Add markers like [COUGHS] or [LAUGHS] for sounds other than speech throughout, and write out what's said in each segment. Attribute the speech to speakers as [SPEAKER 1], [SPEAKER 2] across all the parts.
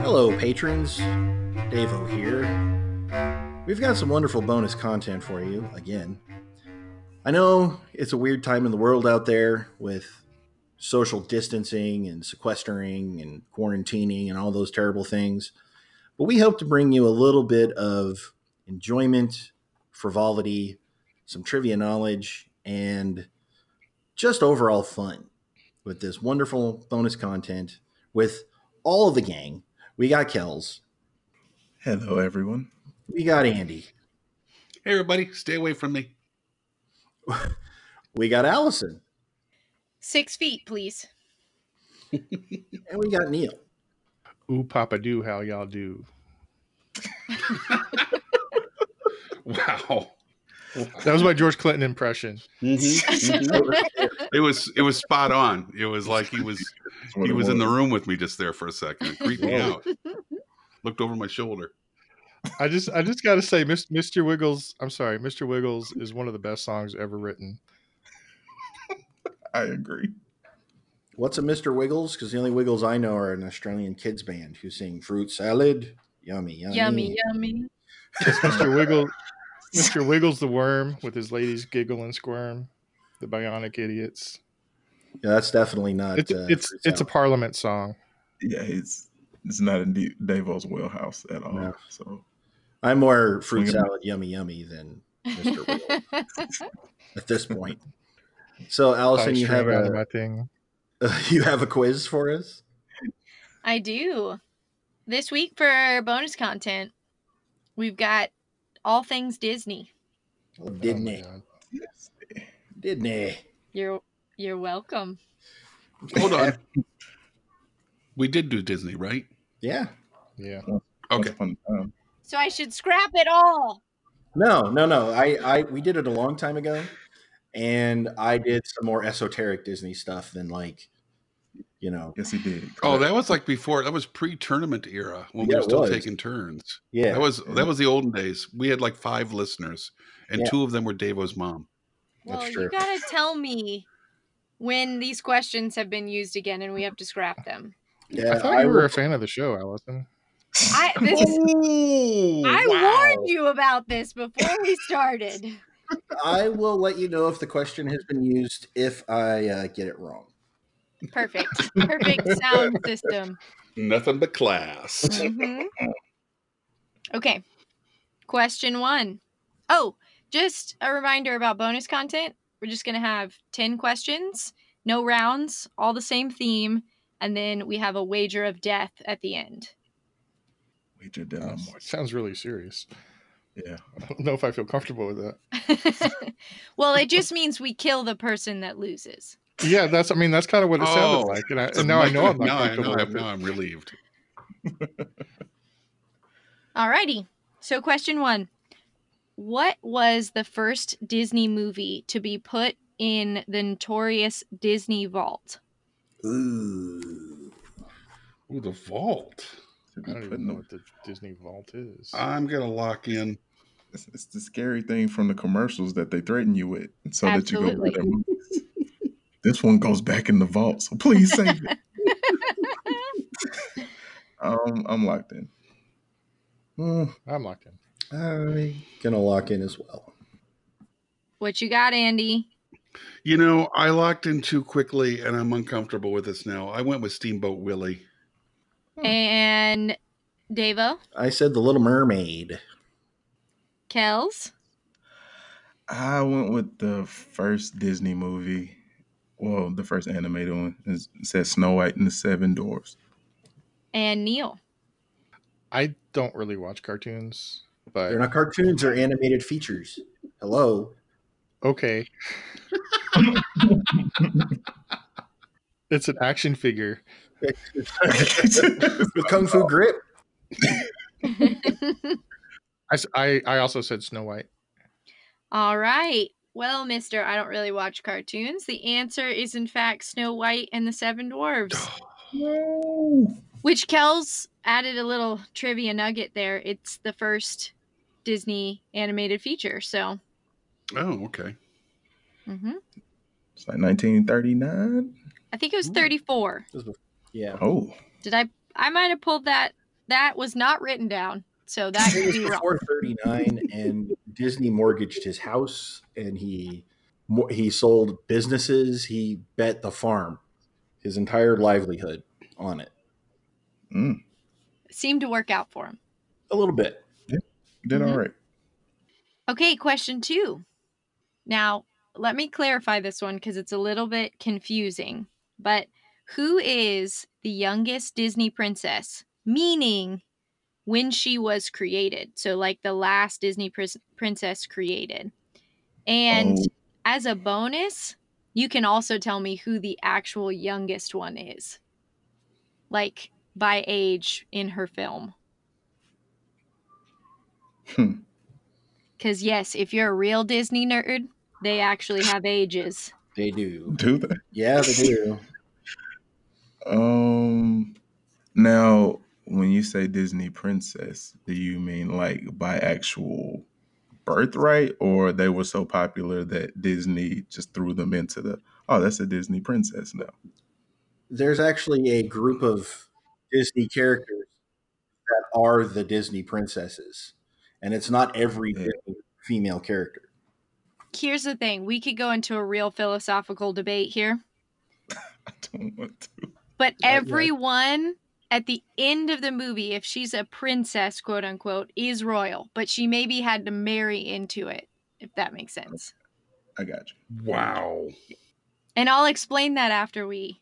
[SPEAKER 1] Hello, patrons. Davo here. We've got some wonderful bonus content for you again. I know it's a weird time in the world out there with social distancing and sequestering and quarantining and all those terrible things, but we hope to bring you a little bit of enjoyment, frivolity, some trivia knowledge, and just overall fun with this wonderful bonus content with all of the gang. We got Kells,
[SPEAKER 2] Hello, everyone.
[SPEAKER 1] we got Andy,
[SPEAKER 3] Hey, everybody, stay away from me.
[SPEAKER 1] we got Allison,
[SPEAKER 4] Six feet, please.
[SPEAKER 1] and we got Neil.
[SPEAKER 5] Ooh, Papa do how y'all do.
[SPEAKER 3] Wow.
[SPEAKER 5] That was my George Clinton impression.
[SPEAKER 1] Mm-hmm.
[SPEAKER 4] [LAUGHS]
[SPEAKER 3] It was it was spot on. It was like he was
[SPEAKER 2] That's what
[SPEAKER 3] he
[SPEAKER 2] it
[SPEAKER 3] was in the room with me just there for a second. It creeped me
[SPEAKER 2] Whoa.
[SPEAKER 3] out. Looked over my shoulder.
[SPEAKER 5] I just, I just gotta say, Mis- Mr. Wiggles. I'm sorry, Mr. Wiggles is one of the best songs ever written.
[SPEAKER 2] I agree.
[SPEAKER 1] What's a Mr. Wiggles? Because the only Wiggles I know are an Australian kids band who sing fruit salad. Yummy, yummy.
[SPEAKER 4] Yummy, yummy.
[SPEAKER 5] It's Mr. Wiggles, Mr. Wiggles the worm with his ladies giggle and squirm, the bionic idiots.
[SPEAKER 1] Yeah, that's definitely not.
[SPEAKER 5] It's,
[SPEAKER 1] uh,
[SPEAKER 5] it's,
[SPEAKER 1] fruit
[SPEAKER 5] it's a
[SPEAKER 1] salad.
[SPEAKER 5] Parliament song.
[SPEAKER 2] Yeah, it's it's not in D- Davo's wheelhouse at all.
[SPEAKER 1] No.
[SPEAKER 2] So
[SPEAKER 1] I'm more fruit
[SPEAKER 2] Swing 'em.
[SPEAKER 1] salad, yummy, yummy than Mr. Wiggles at this point. So, Allison,
[SPEAKER 5] Pie
[SPEAKER 1] you have
[SPEAKER 5] string out of
[SPEAKER 1] a
[SPEAKER 5] my thing.
[SPEAKER 1] [LAUGHS] you have a quiz for us.
[SPEAKER 4] [LAUGHS] I do. This week for bonus content, we've got all things Disney.
[SPEAKER 1] Oh,
[SPEAKER 5] Oh
[SPEAKER 1] didn't
[SPEAKER 5] my
[SPEAKER 1] it?
[SPEAKER 5] God.
[SPEAKER 1] Didn't it?
[SPEAKER 4] You're you're welcome.
[SPEAKER 3] Hold on. We did do Disney, right?
[SPEAKER 1] Yeah.
[SPEAKER 5] Yeah.
[SPEAKER 3] Okay.
[SPEAKER 2] once upon a time,
[SPEAKER 4] So I should scrap it all.
[SPEAKER 1] No, no, no. I, I we did it a long time ago, and I did some more esoteric Disney stuff than like, you know,
[SPEAKER 2] yes, he did.
[SPEAKER 3] Oh, that was like before. That was pre-tournament era when
[SPEAKER 1] Yeah,
[SPEAKER 3] we
[SPEAKER 1] it
[SPEAKER 3] were still
[SPEAKER 1] was.
[SPEAKER 3] taking turns.
[SPEAKER 1] yeah.
[SPEAKER 3] That was that was the olden days. We had like five listeners, and
[SPEAKER 1] Yeah.
[SPEAKER 3] two of them were Davo's mom.
[SPEAKER 1] That's
[SPEAKER 4] Well,
[SPEAKER 1] true.
[SPEAKER 4] you gotta tell me when these questions have been used again and we have to scrap them.
[SPEAKER 1] yeah,
[SPEAKER 5] I thought
[SPEAKER 1] I
[SPEAKER 5] you were
[SPEAKER 1] will-
[SPEAKER 5] a fan of the show, Allison.
[SPEAKER 4] I this is,
[SPEAKER 3] Oh,
[SPEAKER 4] I warned you about this before we started.
[SPEAKER 1] I will let you know if the question has been used if I uh, get it wrong.
[SPEAKER 4] Perfect. Perfect sound system.
[SPEAKER 3] Nothing but class.
[SPEAKER 4] Mhm. Okay. Question one. Oh, just a reminder about bonus content. We're just going to have 10 questions, no rounds, all the same theme. And then we have a wager of death at the end. [LAUGHS]
[SPEAKER 2] Wager did
[SPEAKER 5] Oh,
[SPEAKER 2] no more.
[SPEAKER 5] sounds really serious.
[SPEAKER 2] Yeah,
[SPEAKER 5] I don't know if I feel comfortable with that.
[SPEAKER 4] well, it just means we kill the person that loses.
[SPEAKER 5] Yeah, that's. I mean, that's kind of what it
[SPEAKER 3] Oh,
[SPEAKER 5] sounded like, and, I,
[SPEAKER 3] So
[SPEAKER 5] and now I
[SPEAKER 3] my-
[SPEAKER 5] know I'm
[SPEAKER 3] [LAUGHS] now
[SPEAKER 5] not
[SPEAKER 3] I
[SPEAKER 5] comfortable
[SPEAKER 3] know, I'm,
[SPEAKER 5] with
[SPEAKER 3] now I'm
[SPEAKER 5] it.
[SPEAKER 3] relieved.
[SPEAKER 4] Alrighty. So, question one What was the first Disney movie to be put in the notorious Disney vault?
[SPEAKER 1] Ooh.
[SPEAKER 3] Ooh, the vault.
[SPEAKER 2] to be
[SPEAKER 5] I don't
[SPEAKER 2] put
[SPEAKER 5] even
[SPEAKER 2] in
[SPEAKER 5] know
[SPEAKER 2] the,
[SPEAKER 5] what the Disney Vault is.
[SPEAKER 3] I'm gonna lock in.
[SPEAKER 2] it's, it's the scary thing from the commercials that they threaten you with, so that you go.
[SPEAKER 4] Absolutely.
[SPEAKER 2] buy them. this one [LAUGHS] goes back in the vault, so please save it. [LAUGHS] um, I'm locked in.
[SPEAKER 1] Hmm,
[SPEAKER 5] I'm locked in.
[SPEAKER 1] I'm gonna lock in as well.
[SPEAKER 4] What you got, Andy?
[SPEAKER 3] You know, I locked in too quickly, and I'm uncomfortable with this now. I went with Steamboat Willie.
[SPEAKER 1] Hmm.
[SPEAKER 4] And Devo,
[SPEAKER 1] I said the Little Mermaid.
[SPEAKER 4] Kells,
[SPEAKER 2] I went with the first Disney movie. Well, the first animated one. It's- It says Snow White and the Seven Dwarfs. [LAUGHS]
[SPEAKER 1] [LAUGHS]
[SPEAKER 4] and Neil.
[SPEAKER 5] I don't really watch cartoons, but
[SPEAKER 1] They're not cartoons; they're animated features. Hello.
[SPEAKER 5] [LAUGHS] okay. it's an action figure.
[SPEAKER 1] The Kung Fu Grip.
[SPEAKER 5] I, s- I- I also said Snow White.
[SPEAKER 4] All right. Well, mister, I don't really watch cartoons. The answer is, in fact, Snow White and the Seven Dwarves,
[SPEAKER 1] [GASPS]
[SPEAKER 4] which Kells added a little trivia nugget there. It's the first Disney animated feature. So,
[SPEAKER 3] Oh, okay.
[SPEAKER 1] Mm-hmm.
[SPEAKER 4] mhm.
[SPEAKER 2] it's like 1939.
[SPEAKER 4] I think it was
[SPEAKER 3] Ooh.
[SPEAKER 4] 34.
[SPEAKER 1] Yeah.
[SPEAKER 2] Oh,
[SPEAKER 4] Did I? I might have pulled that that was not written down, so
[SPEAKER 1] [LAUGHS] It
[SPEAKER 4] that could
[SPEAKER 1] was
[SPEAKER 4] be wrong.
[SPEAKER 1] before 39, and Disney mortgaged his house, and he mo- he sold businesses. He bet the farm, his entire livelihood on it.
[SPEAKER 2] Mm,
[SPEAKER 4] Seemed to work out for him.
[SPEAKER 1] A little bit.
[SPEAKER 2] did
[SPEAKER 4] Mhm.
[SPEAKER 2] all right.
[SPEAKER 4] Okay, question two. Now, let me clarify this one because it's a little bit confusing. But who is the youngest Disney princess? Meaning, when she was created. So, like the last Disney pris- princess created. And
[SPEAKER 2] Oh.
[SPEAKER 4] as a bonus, you can also tell me who the actual youngest one is, like by age in her film.
[SPEAKER 2] Hmm.
[SPEAKER 4] Because, yes, if you're a real Disney nerd, they actually have ages.
[SPEAKER 1] They do.
[SPEAKER 2] Oh, Do they?
[SPEAKER 1] Yeah, they do.
[SPEAKER 2] Um. Now, when you say Disney princess, do you mean like by actual birthright, or they were so popular that Disney just threw them into the? Oh, that's a Disney princess now. [LAUGHS]
[SPEAKER 1] There's actually a group of Disney characters that are the Disney princesses, and it's not every
[SPEAKER 2] Yeah.
[SPEAKER 1] Disney female character.
[SPEAKER 4] Here's the thing we could go into a real philosophical debate here,
[SPEAKER 2] I don't want to.
[SPEAKER 4] but
[SPEAKER 3] yeah.
[SPEAKER 4] everyone at the end of the movie, if she's a princess, quote unquote, is royal, but she maybe had to marry into it, if that makes sense.
[SPEAKER 2] I got you.
[SPEAKER 3] Wow.
[SPEAKER 4] And I'll explain that after we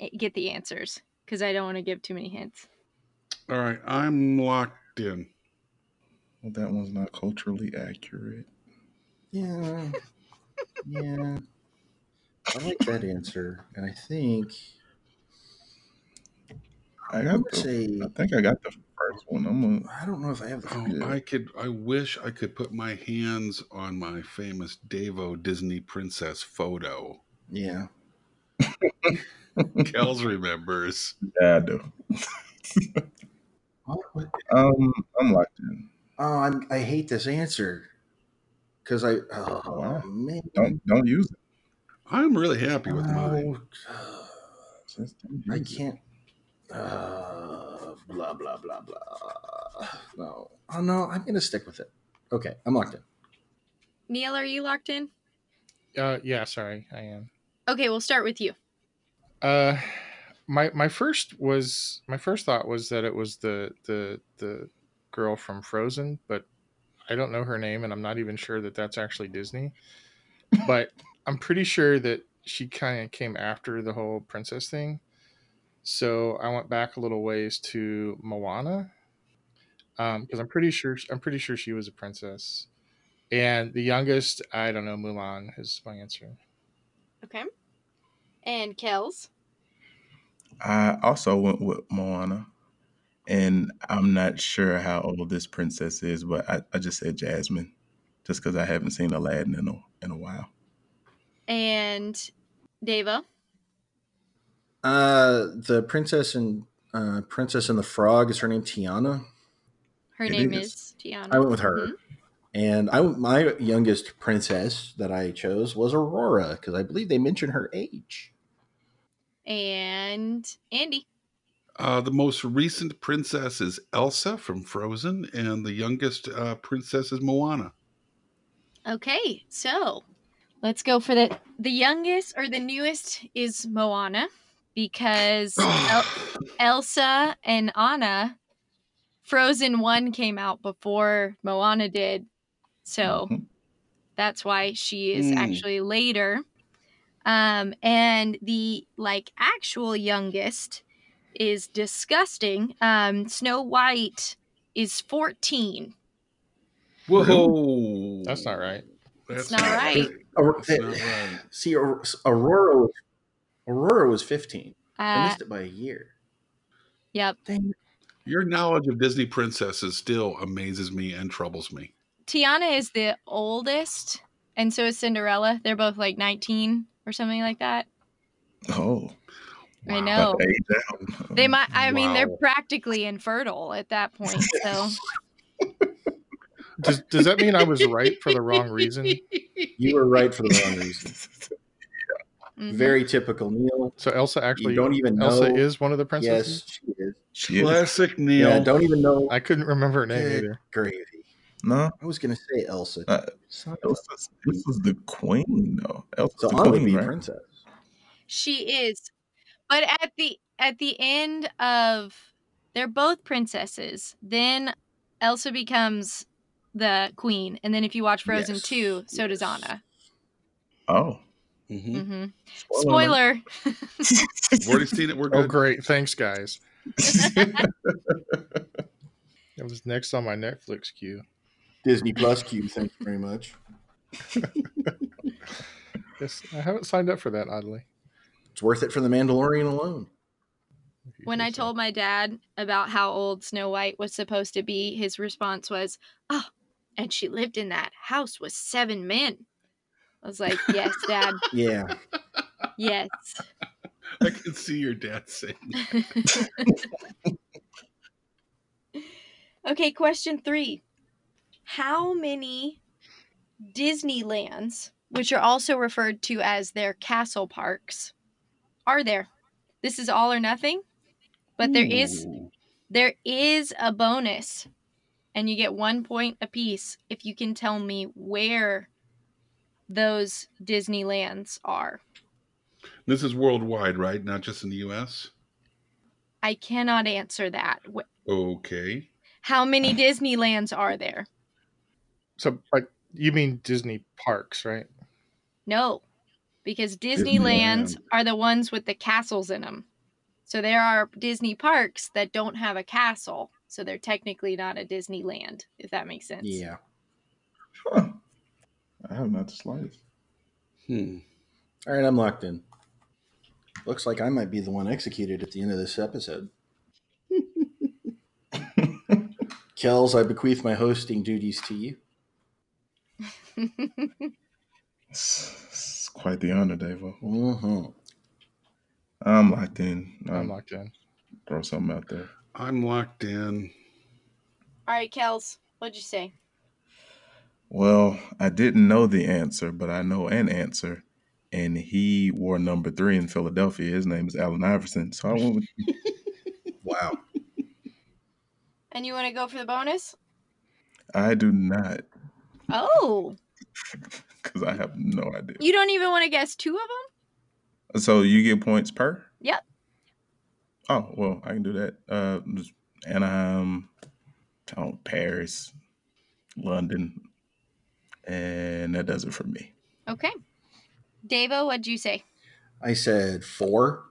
[SPEAKER 4] eh, get the answers because I don't want to give too many hints.
[SPEAKER 3] All right. I'm locked in.
[SPEAKER 2] Well, that one's not culturally accurate.
[SPEAKER 1] Yeah. yeah. I like that answer. And I think
[SPEAKER 2] I
[SPEAKER 1] I
[SPEAKER 2] got
[SPEAKER 1] would
[SPEAKER 2] the.
[SPEAKER 1] say
[SPEAKER 2] I think I got the first one. I'm gonna.
[SPEAKER 1] I don't know if I have the
[SPEAKER 3] Oh,
[SPEAKER 2] Yeah.
[SPEAKER 3] I could. I wish I could put my hands on my famous Devo Disney princess [LAUGHS] photo.
[SPEAKER 1] Yeah.
[SPEAKER 3] Kels remembers.
[SPEAKER 2] Yeah, I do.
[SPEAKER 1] Oh, what-
[SPEAKER 2] Um, I'm locked in.
[SPEAKER 1] oh, I'm, I hate this answer. Cause I oh
[SPEAKER 2] Why?
[SPEAKER 1] man.
[SPEAKER 2] Don't don't use it.
[SPEAKER 3] I'm really happy with mine.
[SPEAKER 1] Oh,
[SPEAKER 2] Just don't
[SPEAKER 1] I
[SPEAKER 2] use it.
[SPEAKER 1] can't uh blah blah blah blah. No. Oh no, I'm gonna stick with it. Okay, I'm locked in.
[SPEAKER 4] Neil, are you locked in?
[SPEAKER 5] Uh, yeah, sorry, I am.
[SPEAKER 4] Okay, we'll start with you.
[SPEAKER 5] Uh, my my first was my first thought was that it was the the the girl from Frozen, but I don't know her name, and I'm not even sure that that's actually Disney. But I'm pretty sure that she kind of came after the whole princess thing. So I went back a little ways to Moana, because I'm pretty sure I'm pretty sure she was a princess, and the youngest I don't know Mulan is my answer.
[SPEAKER 4] Okay. And Kels?
[SPEAKER 2] I also went with Moana, and I'm not sure how old this princess is, but I, I just said Jasmine, just because I haven't seen Aladdin in a in a while.
[SPEAKER 4] And Deva?
[SPEAKER 1] Uh the princess and uh, Princess and the Frog is her name Tiana.
[SPEAKER 4] Her
[SPEAKER 2] It
[SPEAKER 4] name
[SPEAKER 2] is.
[SPEAKER 4] is Tiana.
[SPEAKER 1] I went with her.
[SPEAKER 4] Mhm.
[SPEAKER 1] And I, my youngest princess that I chose was Aurora because I believe they mention her age.
[SPEAKER 4] Mm-hmm. And Andy.
[SPEAKER 3] Uh, the most recent princess is Elsa from Frozen, and the youngest uh, princess is [GASPS] Moana.
[SPEAKER 4] Okay, so let's go for the the youngest or the newest is Moana
[SPEAKER 1] [CLEARS THROAT]
[SPEAKER 4] because El- Elsa and Anna Frozen 1 came out before Moana did. So
[SPEAKER 2] Mhm.
[SPEAKER 4] that's why she is
[SPEAKER 3] Mm.
[SPEAKER 4] actually later. Um and the like actual youngest is disgusting. Um Snow White is 14.
[SPEAKER 3] Whoa,
[SPEAKER 5] That's not right.
[SPEAKER 3] That's
[SPEAKER 4] It's not right.
[SPEAKER 1] Aur-
[SPEAKER 3] That's not right.
[SPEAKER 1] See, Aur- Aurora, was- Aurora was 15. I
[SPEAKER 4] Uh
[SPEAKER 1] missed it by a year.
[SPEAKER 4] yep.
[SPEAKER 1] Dang.
[SPEAKER 3] Your knowledge of Disney princesses still amazes me and troubles me.
[SPEAKER 4] Tiana is the oldest, and so is Cinderella. They're both like 19 or something like that.
[SPEAKER 2] [LAUGHS] Oh,
[SPEAKER 4] I
[SPEAKER 3] Wow.
[SPEAKER 4] know.
[SPEAKER 2] about to age out. [LAUGHS]
[SPEAKER 4] They might, I mean, they're
[SPEAKER 3] Wow.
[SPEAKER 4] practically infertile at
[SPEAKER 1] [LAUGHS]
[SPEAKER 4] that point. So,
[SPEAKER 5] Does does
[SPEAKER 4] [LAUGHS]
[SPEAKER 5] that
[SPEAKER 4] Mm-hmm.
[SPEAKER 5] mean I was right for the wrong reason?
[SPEAKER 2] [LAUGHS]
[SPEAKER 1] You were right for the wrong reason.
[SPEAKER 4] Mhm.
[SPEAKER 1] Very typical Neil.
[SPEAKER 5] So Elsa actually
[SPEAKER 1] you don't even
[SPEAKER 5] Elsa
[SPEAKER 1] know.
[SPEAKER 5] is one of the
[SPEAKER 1] yes,
[SPEAKER 5] princesses.
[SPEAKER 1] she is.
[SPEAKER 2] Shit.
[SPEAKER 3] Classic Neil.
[SPEAKER 1] Yeah,
[SPEAKER 4] [LAUGHS]
[SPEAKER 1] don't even know.
[SPEAKER 5] I couldn't remember her name
[SPEAKER 1] Good
[SPEAKER 5] either.
[SPEAKER 1] gravy.
[SPEAKER 2] No,
[SPEAKER 1] I was gonna say Elsa.
[SPEAKER 2] Uh,
[SPEAKER 1] Son of a-
[SPEAKER 2] Elsa's, Elsa's the queen though. Elsa's
[SPEAKER 1] so
[SPEAKER 2] the
[SPEAKER 1] Anna would
[SPEAKER 2] queen,
[SPEAKER 1] be
[SPEAKER 2] right?
[SPEAKER 1] a princess.
[SPEAKER 4] She is. But at the at the end of they're both princesses. Then Elsa becomes the queen, and then if you watch Frozen
[SPEAKER 1] Yes,
[SPEAKER 4] 2, so does
[SPEAKER 1] yes. Mm-hmm.
[SPEAKER 4] Anna.
[SPEAKER 2] Oh,
[SPEAKER 3] Mhm.
[SPEAKER 4] hmm
[SPEAKER 2] Spoiler
[SPEAKER 4] Spoiler.
[SPEAKER 3] We've already seen it. We're
[SPEAKER 5] Oh
[SPEAKER 3] good.
[SPEAKER 5] great,
[SPEAKER 1] [LAUGHS]
[SPEAKER 5] thanks guys. It was next on my Netflix queue.
[SPEAKER 1] Disney Plus Q. Thank you very much.
[SPEAKER 5] Yes, I haven't signed up for that oddly.
[SPEAKER 1] It's worth it for the Mandalorian alone.
[SPEAKER 5] If you
[SPEAKER 4] when
[SPEAKER 5] say
[SPEAKER 4] I
[SPEAKER 5] so.
[SPEAKER 4] told my dad about how old Snow White was supposed to be, his response was, "Oh, and she lived in that house with seven men." I was like, "Yes,
[SPEAKER 1] [LAUGHS]
[SPEAKER 4] dad.
[SPEAKER 1] Yeah.
[SPEAKER 4] yes."
[SPEAKER 3] [LAUGHS] I can see your dad saying. that.
[SPEAKER 4] okay, question 3. How many Disneylands, which are also referred to as their castle parks, are there? This is all or nothing, but there is
[SPEAKER 3] Ooh.
[SPEAKER 4] There is a bonus, and you get one point apiece if you can tell me where those Disneylands are.
[SPEAKER 3] This is worldwide, right? Not just in the U.S.
[SPEAKER 4] I cannot answer that. Wh-
[SPEAKER 3] Okay.
[SPEAKER 4] How many Disneylands are there?
[SPEAKER 5] so like you mean Disney parks, right?
[SPEAKER 4] No, because Disneylands
[SPEAKER 2] Disneyland.
[SPEAKER 4] are the ones with the castles in them. So there are Disney parks that don't have a castle, so they're technically not a Disneyland, if that makes sense. [LAUGHS]
[SPEAKER 1] Yeah.
[SPEAKER 2] Huh. I have not the slightest.
[SPEAKER 3] Hmm.
[SPEAKER 1] All right, I'm locked in. Looks like I might be the one executed at the end of this episode. Kells, I bequeath my hosting duties to you.
[SPEAKER 2] It's, it's quite the honor, Davo.
[SPEAKER 1] hmm
[SPEAKER 2] I'm locked in.
[SPEAKER 5] I'm
[SPEAKER 2] I'm
[SPEAKER 1] Mm.
[SPEAKER 2] like
[SPEAKER 5] locked in.
[SPEAKER 2] throw something out there.
[SPEAKER 3] I'm locked in.
[SPEAKER 4] All right, Kels, what'd you say?
[SPEAKER 2] Well, I didn't know the answer, but I know an answer, and he wore number three in Philadelphia. His name is Allen Iverson. So I went with
[SPEAKER 1] Wow.
[SPEAKER 4] And you want to go for the bonus?
[SPEAKER 2] I do not
[SPEAKER 4] Oh,
[SPEAKER 2] because I have no idea.
[SPEAKER 4] you don't even want to guess two of them?
[SPEAKER 2] So you get points per.
[SPEAKER 4] Yep.
[SPEAKER 2] Oh well, I can do that. Uh, just Anaheim, I don't- Paris, London, and that does it for me.
[SPEAKER 4] Okay. Davo, what'd you say?
[SPEAKER 1] I said four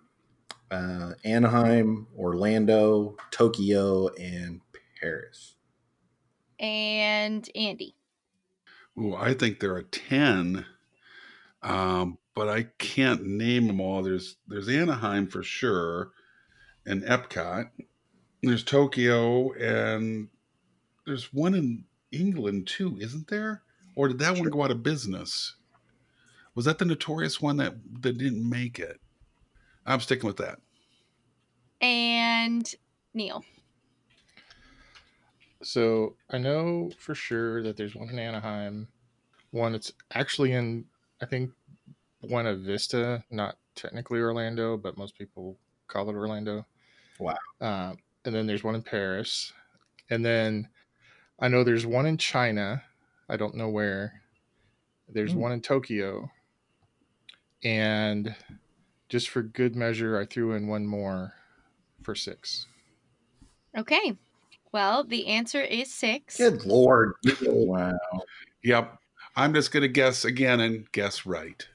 [SPEAKER 1] uh, Anaheim, Orlando, Tokyo, and Paris.
[SPEAKER 4] And Andy.
[SPEAKER 3] Ooh, I think there are ten, um, but I can't name them all. There's there's Anaheim for sure, and Epcot. There's Tokyo, and there's one in England too, isn't there? Or did that one go out of business? Was that the notorious one that that didn't make it? I'm sticking with that.
[SPEAKER 4] And Neil.
[SPEAKER 5] So I know for sure that there's one in Anaheim, one that's actually in I think Buena Vista, not technically Orlando, but most people call it Orlando.
[SPEAKER 1] Wow.
[SPEAKER 5] Uh, and then there's one in Paris, and then I know there's one in China. I don't know where. There's
[SPEAKER 2] Hmm.
[SPEAKER 5] one in Tokyo, and just for good measure, I threw in one more for six.
[SPEAKER 4] Okay. Well, the answer is six.
[SPEAKER 1] Good Lord. [LAUGHS]
[SPEAKER 2] Wow.
[SPEAKER 3] Yep. I'm just gonna guess again and guess right.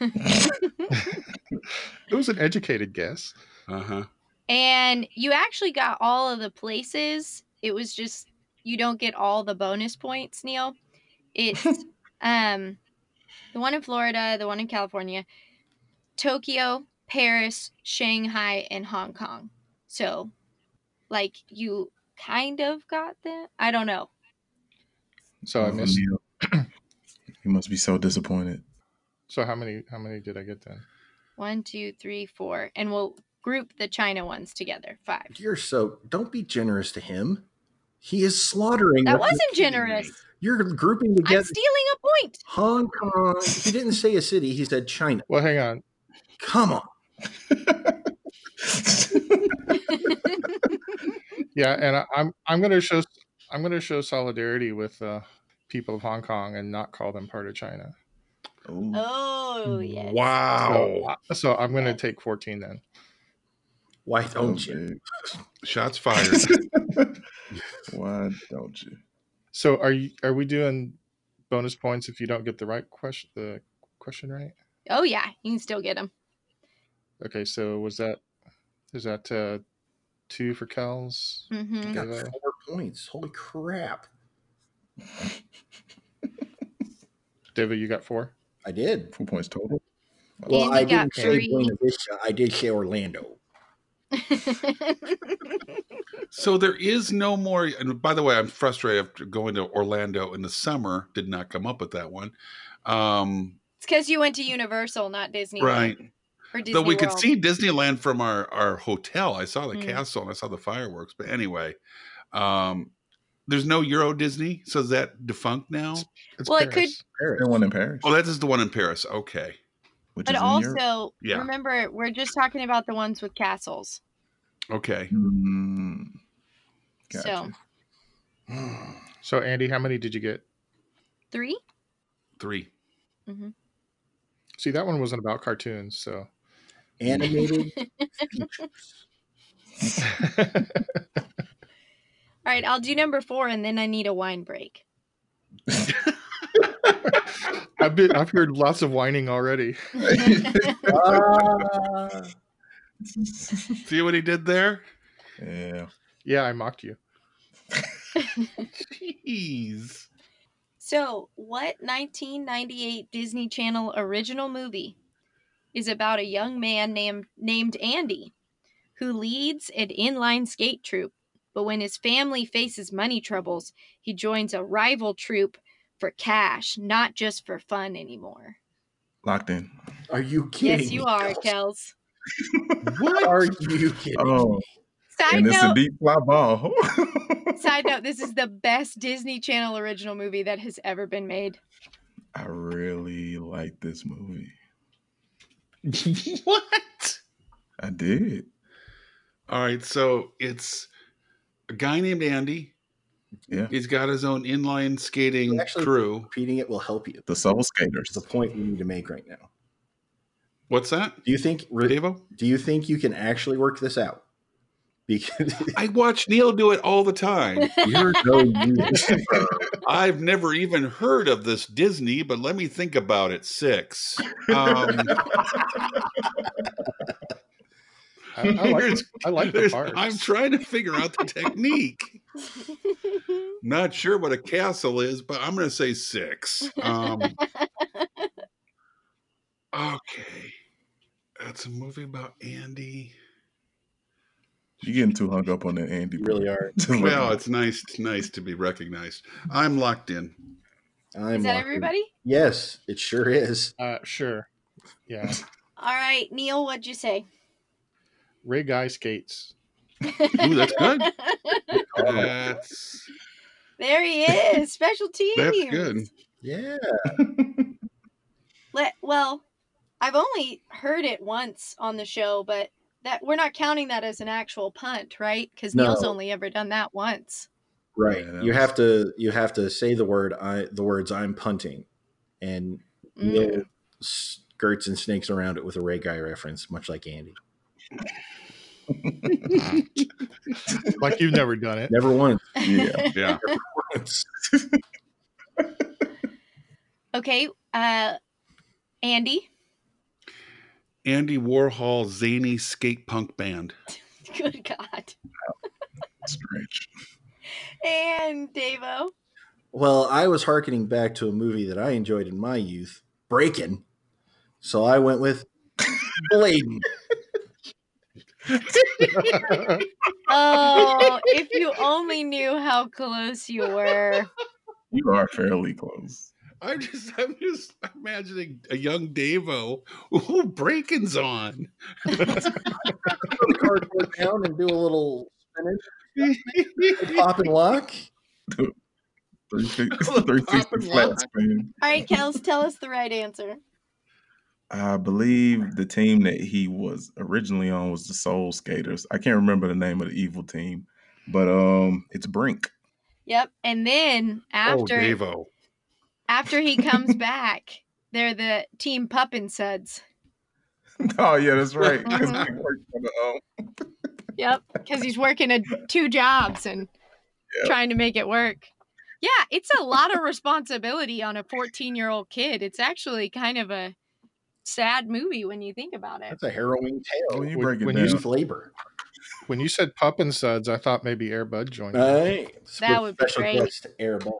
[SPEAKER 5] It was an educated guess.
[SPEAKER 3] Uh huh.
[SPEAKER 4] And you actually got all of the places. It was just you don't get all the bonus points, Neil. [LAUGHS] It's um the one in Florida, the one in California, Tokyo, Paris, Shanghai, and Hong Kong. So like you kind of got that. I don't know.
[SPEAKER 5] So I
[SPEAKER 2] Oh,
[SPEAKER 5] missed.
[SPEAKER 2] Neil. [CLEARS THROAT] you must be so disappointed. [LAUGHS]
[SPEAKER 5] So how many? How many did I get then?
[SPEAKER 4] One, two, three, four. And we'll group the China ones together. Five.
[SPEAKER 1] You're so. Don't be generous to him. He is slaughtering.
[SPEAKER 4] That
[SPEAKER 1] what you-
[SPEAKER 4] wasn't generous.
[SPEAKER 1] You're grouping
[SPEAKER 4] I'm
[SPEAKER 1] together
[SPEAKER 4] stealing a point.
[SPEAKER 1] Hong Kong. He didn't say a city. He said China.
[SPEAKER 5] Well, hang on.
[SPEAKER 1] Come on.
[SPEAKER 5] Yeah, and I, I'm I'm going to show I'm going to show solidarity with uh, people of Hong Kong and not call them part of China.
[SPEAKER 2] Ooh.
[SPEAKER 4] Oh yes.
[SPEAKER 5] So,
[SPEAKER 3] Oh. Wow.
[SPEAKER 5] I- so I'm going to
[SPEAKER 4] Yes.
[SPEAKER 5] take 14 then.
[SPEAKER 1] Why
[SPEAKER 2] Oh,
[SPEAKER 1] don't you?
[SPEAKER 2] man.
[SPEAKER 3] Shots fired.
[SPEAKER 2] Why don't you?
[SPEAKER 5] So are you are we doing bonus points if you don't get the right question the question right?
[SPEAKER 4] Oh yeah, you can still get them.
[SPEAKER 5] Okay, so was that is that uh, two for Kells?
[SPEAKER 4] hmm
[SPEAKER 1] Got
[SPEAKER 5] Devo?
[SPEAKER 1] four points. Holy crap.
[SPEAKER 5] Devo, you got four.
[SPEAKER 1] I did.
[SPEAKER 2] Four points total.
[SPEAKER 1] Well,
[SPEAKER 4] Andy
[SPEAKER 1] I
[SPEAKER 4] got
[SPEAKER 1] didn't say
[SPEAKER 4] three.
[SPEAKER 1] Buena Vista. I did say Orlando.
[SPEAKER 3] so there is no more. And by the way, I'm frustrated after going to Orlando in the summer. Did not come up with that one. Um,
[SPEAKER 4] [LAUGHS] it's because you went to Universal, not Disney.
[SPEAKER 3] right.
[SPEAKER 4] Or Disney
[SPEAKER 3] Though we could
[SPEAKER 4] World.
[SPEAKER 3] see Disneyland from our, our hotel. I saw the
[SPEAKER 4] Mm.
[SPEAKER 3] castle and I saw the fireworks. But anyway, um, there's no Euro Disney. So is that defunct now?
[SPEAKER 5] It's
[SPEAKER 4] Well, it could-
[SPEAKER 2] That
[SPEAKER 1] Paris.
[SPEAKER 2] one in Paris.
[SPEAKER 3] Oh, that is the one in Paris. Okay.
[SPEAKER 2] which
[SPEAKER 4] But
[SPEAKER 2] is in Europe.
[SPEAKER 4] also,
[SPEAKER 3] Yeah.
[SPEAKER 4] remember, we're just talking about the ones with castles.
[SPEAKER 3] Okay.
[SPEAKER 2] Mm,
[SPEAKER 4] So
[SPEAKER 2] gotcha.
[SPEAKER 1] Hmm.
[SPEAKER 5] So Andy, how many did you get?
[SPEAKER 4] three.
[SPEAKER 3] Three.
[SPEAKER 5] See, that one wasn't about cartoons, so [LAUGHS]
[SPEAKER 1] Animated
[SPEAKER 4] [LAUGHS]
[SPEAKER 1] features.
[SPEAKER 4] All right, I'll do number four, and then I need a wine
[SPEAKER 3] [LAUGHS]
[SPEAKER 4] break. [LAUGHS]
[SPEAKER 5] I've been I've heard lots of whining already.
[SPEAKER 1] Ah.
[SPEAKER 3] See what he did there?
[SPEAKER 2] yeah.
[SPEAKER 5] Yeah, I
[SPEAKER 3] [LAUGHS]
[SPEAKER 5] mocked you.
[SPEAKER 4] [LAUGHS]
[SPEAKER 3] Jeez.
[SPEAKER 4] So, what 1998 Disney Channel original movie is about a young man named named Andy who leads an inline skate troupe, but when his family faces money troubles, he joins a rival troupe for cash, not just for fun anymore.
[SPEAKER 2] Locked in. [LAUGHS]
[SPEAKER 1] Are you kidding?
[SPEAKER 4] yes, you
[SPEAKER 1] me,
[SPEAKER 4] are,
[SPEAKER 1] Kels?
[SPEAKER 4] Kels.
[SPEAKER 3] What?
[SPEAKER 1] Are you kidding?
[SPEAKER 2] Oh,
[SPEAKER 4] Side
[SPEAKER 2] and it's
[SPEAKER 4] note,
[SPEAKER 2] a deep fly ball. [LAUGHS]
[SPEAKER 4] side note, this is the best Disney Channel original movie that has ever
[SPEAKER 1] [LAUGHS]
[SPEAKER 4] been made.
[SPEAKER 2] I really like this movie.
[SPEAKER 3] what?
[SPEAKER 2] I did.
[SPEAKER 3] All right, so it's a guy named Andy.
[SPEAKER 2] Yeah.
[SPEAKER 3] He's got his own inline skating
[SPEAKER 1] Actually-
[SPEAKER 3] crew.
[SPEAKER 1] Repeating it will help you.
[SPEAKER 2] The Soul
[SPEAKER 1] It's
[SPEAKER 2] Skaters.
[SPEAKER 1] the point we need to make right now.
[SPEAKER 3] What's that,
[SPEAKER 1] Do you think?
[SPEAKER 3] Devo?
[SPEAKER 1] Do you think you can actually work this out? [LAUGHS] Because
[SPEAKER 3] I watch Neil do it all the
[SPEAKER 5] [LAUGHS]
[SPEAKER 3] time.
[SPEAKER 1] you're no [LAUGHS] use.
[SPEAKER 3] I've never even heard of this Disney, but let me think about it. Six.
[SPEAKER 5] [LAUGHS]
[SPEAKER 3] Um,
[SPEAKER 5] I, I like
[SPEAKER 3] there's-
[SPEAKER 5] I like the
[SPEAKER 3] there's-
[SPEAKER 5] parts.
[SPEAKER 3] I'm trying to figure out the technique. Not sure what a castle is, but I'm going to say six.
[SPEAKER 5] [LAUGHS]
[SPEAKER 3] Um, okay. That's a movie about Andy.
[SPEAKER 2] You're getting too hung up on the Andy.
[SPEAKER 1] You really
[SPEAKER 2] part.
[SPEAKER 1] are.
[SPEAKER 2] [LAUGHS] To look-
[SPEAKER 3] Well, it's nice, it's nice to be recognized. I'm locked in.
[SPEAKER 1] I'm
[SPEAKER 4] is that
[SPEAKER 1] locked in.
[SPEAKER 4] everybody?
[SPEAKER 1] Yes, it sure is.
[SPEAKER 5] Uh, sure. Yeah.
[SPEAKER 4] All right, Neil, what'd you say?
[SPEAKER 5] Ray Guy skates.
[SPEAKER 3] Ooh, that's good.
[SPEAKER 1] [LAUGHS]
[SPEAKER 3] That's
[SPEAKER 4] there he is, special
[SPEAKER 3] [LAUGHS]
[SPEAKER 4] teams.
[SPEAKER 3] that's good.
[SPEAKER 1] Yeah.
[SPEAKER 4] Let well, I've only heard it once on the show, but that we're not counting that as an actual punt, right? Because Neil's
[SPEAKER 1] No.
[SPEAKER 4] only ever done that once.
[SPEAKER 1] Right.
[SPEAKER 2] Yeah, that
[SPEAKER 1] you
[SPEAKER 2] was-
[SPEAKER 1] have to you have to say the word I the words I'm punting and
[SPEAKER 4] Mm.
[SPEAKER 1] Neil skirts and snakes around it with a Ray Guy reference, much like Andy.
[SPEAKER 5] Like you've never done it.
[SPEAKER 1] Never once.
[SPEAKER 2] Yeah. [LAUGHS]
[SPEAKER 3] Yeah.
[SPEAKER 1] once.
[SPEAKER 4] [LAUGHS] Okay, uh, Andy, [LAUGHS]
[SPEAKER 3] Andy Warhol zany skate punk band.
[SPEAKER 4] good God,
[SPEAKER 2] Stretch.
[SPEAKER 4] and Davo.
[SPEAKER 1] Well, I was hearkening back to a movie that I enjoyed in my youth, Breakin'. So I went with Bladen.
[SPEAKER 5] [LAUGHS]
[SPEAKER 4] Oh, if you only knew how close you were.
[SPEAKER 2] You are fairly close.
[SPEAKER 3] I'm just I'm just imagining a young Davo who breaking's on.
[SPEAKER 1] Put the cardboard down and do a little spinach, pop and lock.
[SPEAKER 2] 360
[SPEAKER 3] Oh, the
[SPEAKER 2] 360
[SPEAKER 3] pop and
[SPEAKER 2] flat
[SPEAKER 3] lock.
[SPEAKER 2] spin.
[SPEAKER 4] All right, Kels, tell us the right answer.
[SPEAKER 2] I believe the team that he was originally on was the Soul Skaters. I can't remember the name of the evil team, but um, it's Brink. [LAUGHS]
[SPEAKER 4] Yep. And then after
[SPEAKER 3] oh, Davo.
[SPEAKER 4] after he comes back, they're the team Puppin Suds.
[SPEAKER 2] oh yeah,
[SPEAKER 1] [LAUGHS]
[SPEAKER 2] that's right. 'cause
[SPEAKER 4] Mhm.
[SPEAKER 2] Brink worked for the, um,
[SPEAKER 4] Yep, because he's working a, two jobs and
[SPEAKER 2] Yeah.
[SPEAKER 4] trying to make it work. Yeah, it's a lot of responsibility on a 14 year old kid. It's actually kind of a sad movie when you think about it.
[SPEAKER 1] That's a harrowing tale.
[SPEAKER 2] When oh, you
[SPEAKER 5] When-
[SPEAKER 2] break it
[SPEAKER 5] when
[SPEAKER 2] down,
[SPEAKER 5] you-
[SPEAKER 1] Youth labor.
[SPEAKER 5] When you said pup and suds, I thought maybe Air Bud joined. in.
[SPEAKER 3] Uh,
[SPEAKER 1] Right.
[SPEAKER 4] That would be
[SPEAKER 1] special
[SPEAKER 4] great.
[SPEAKER 1] guest Air Bud.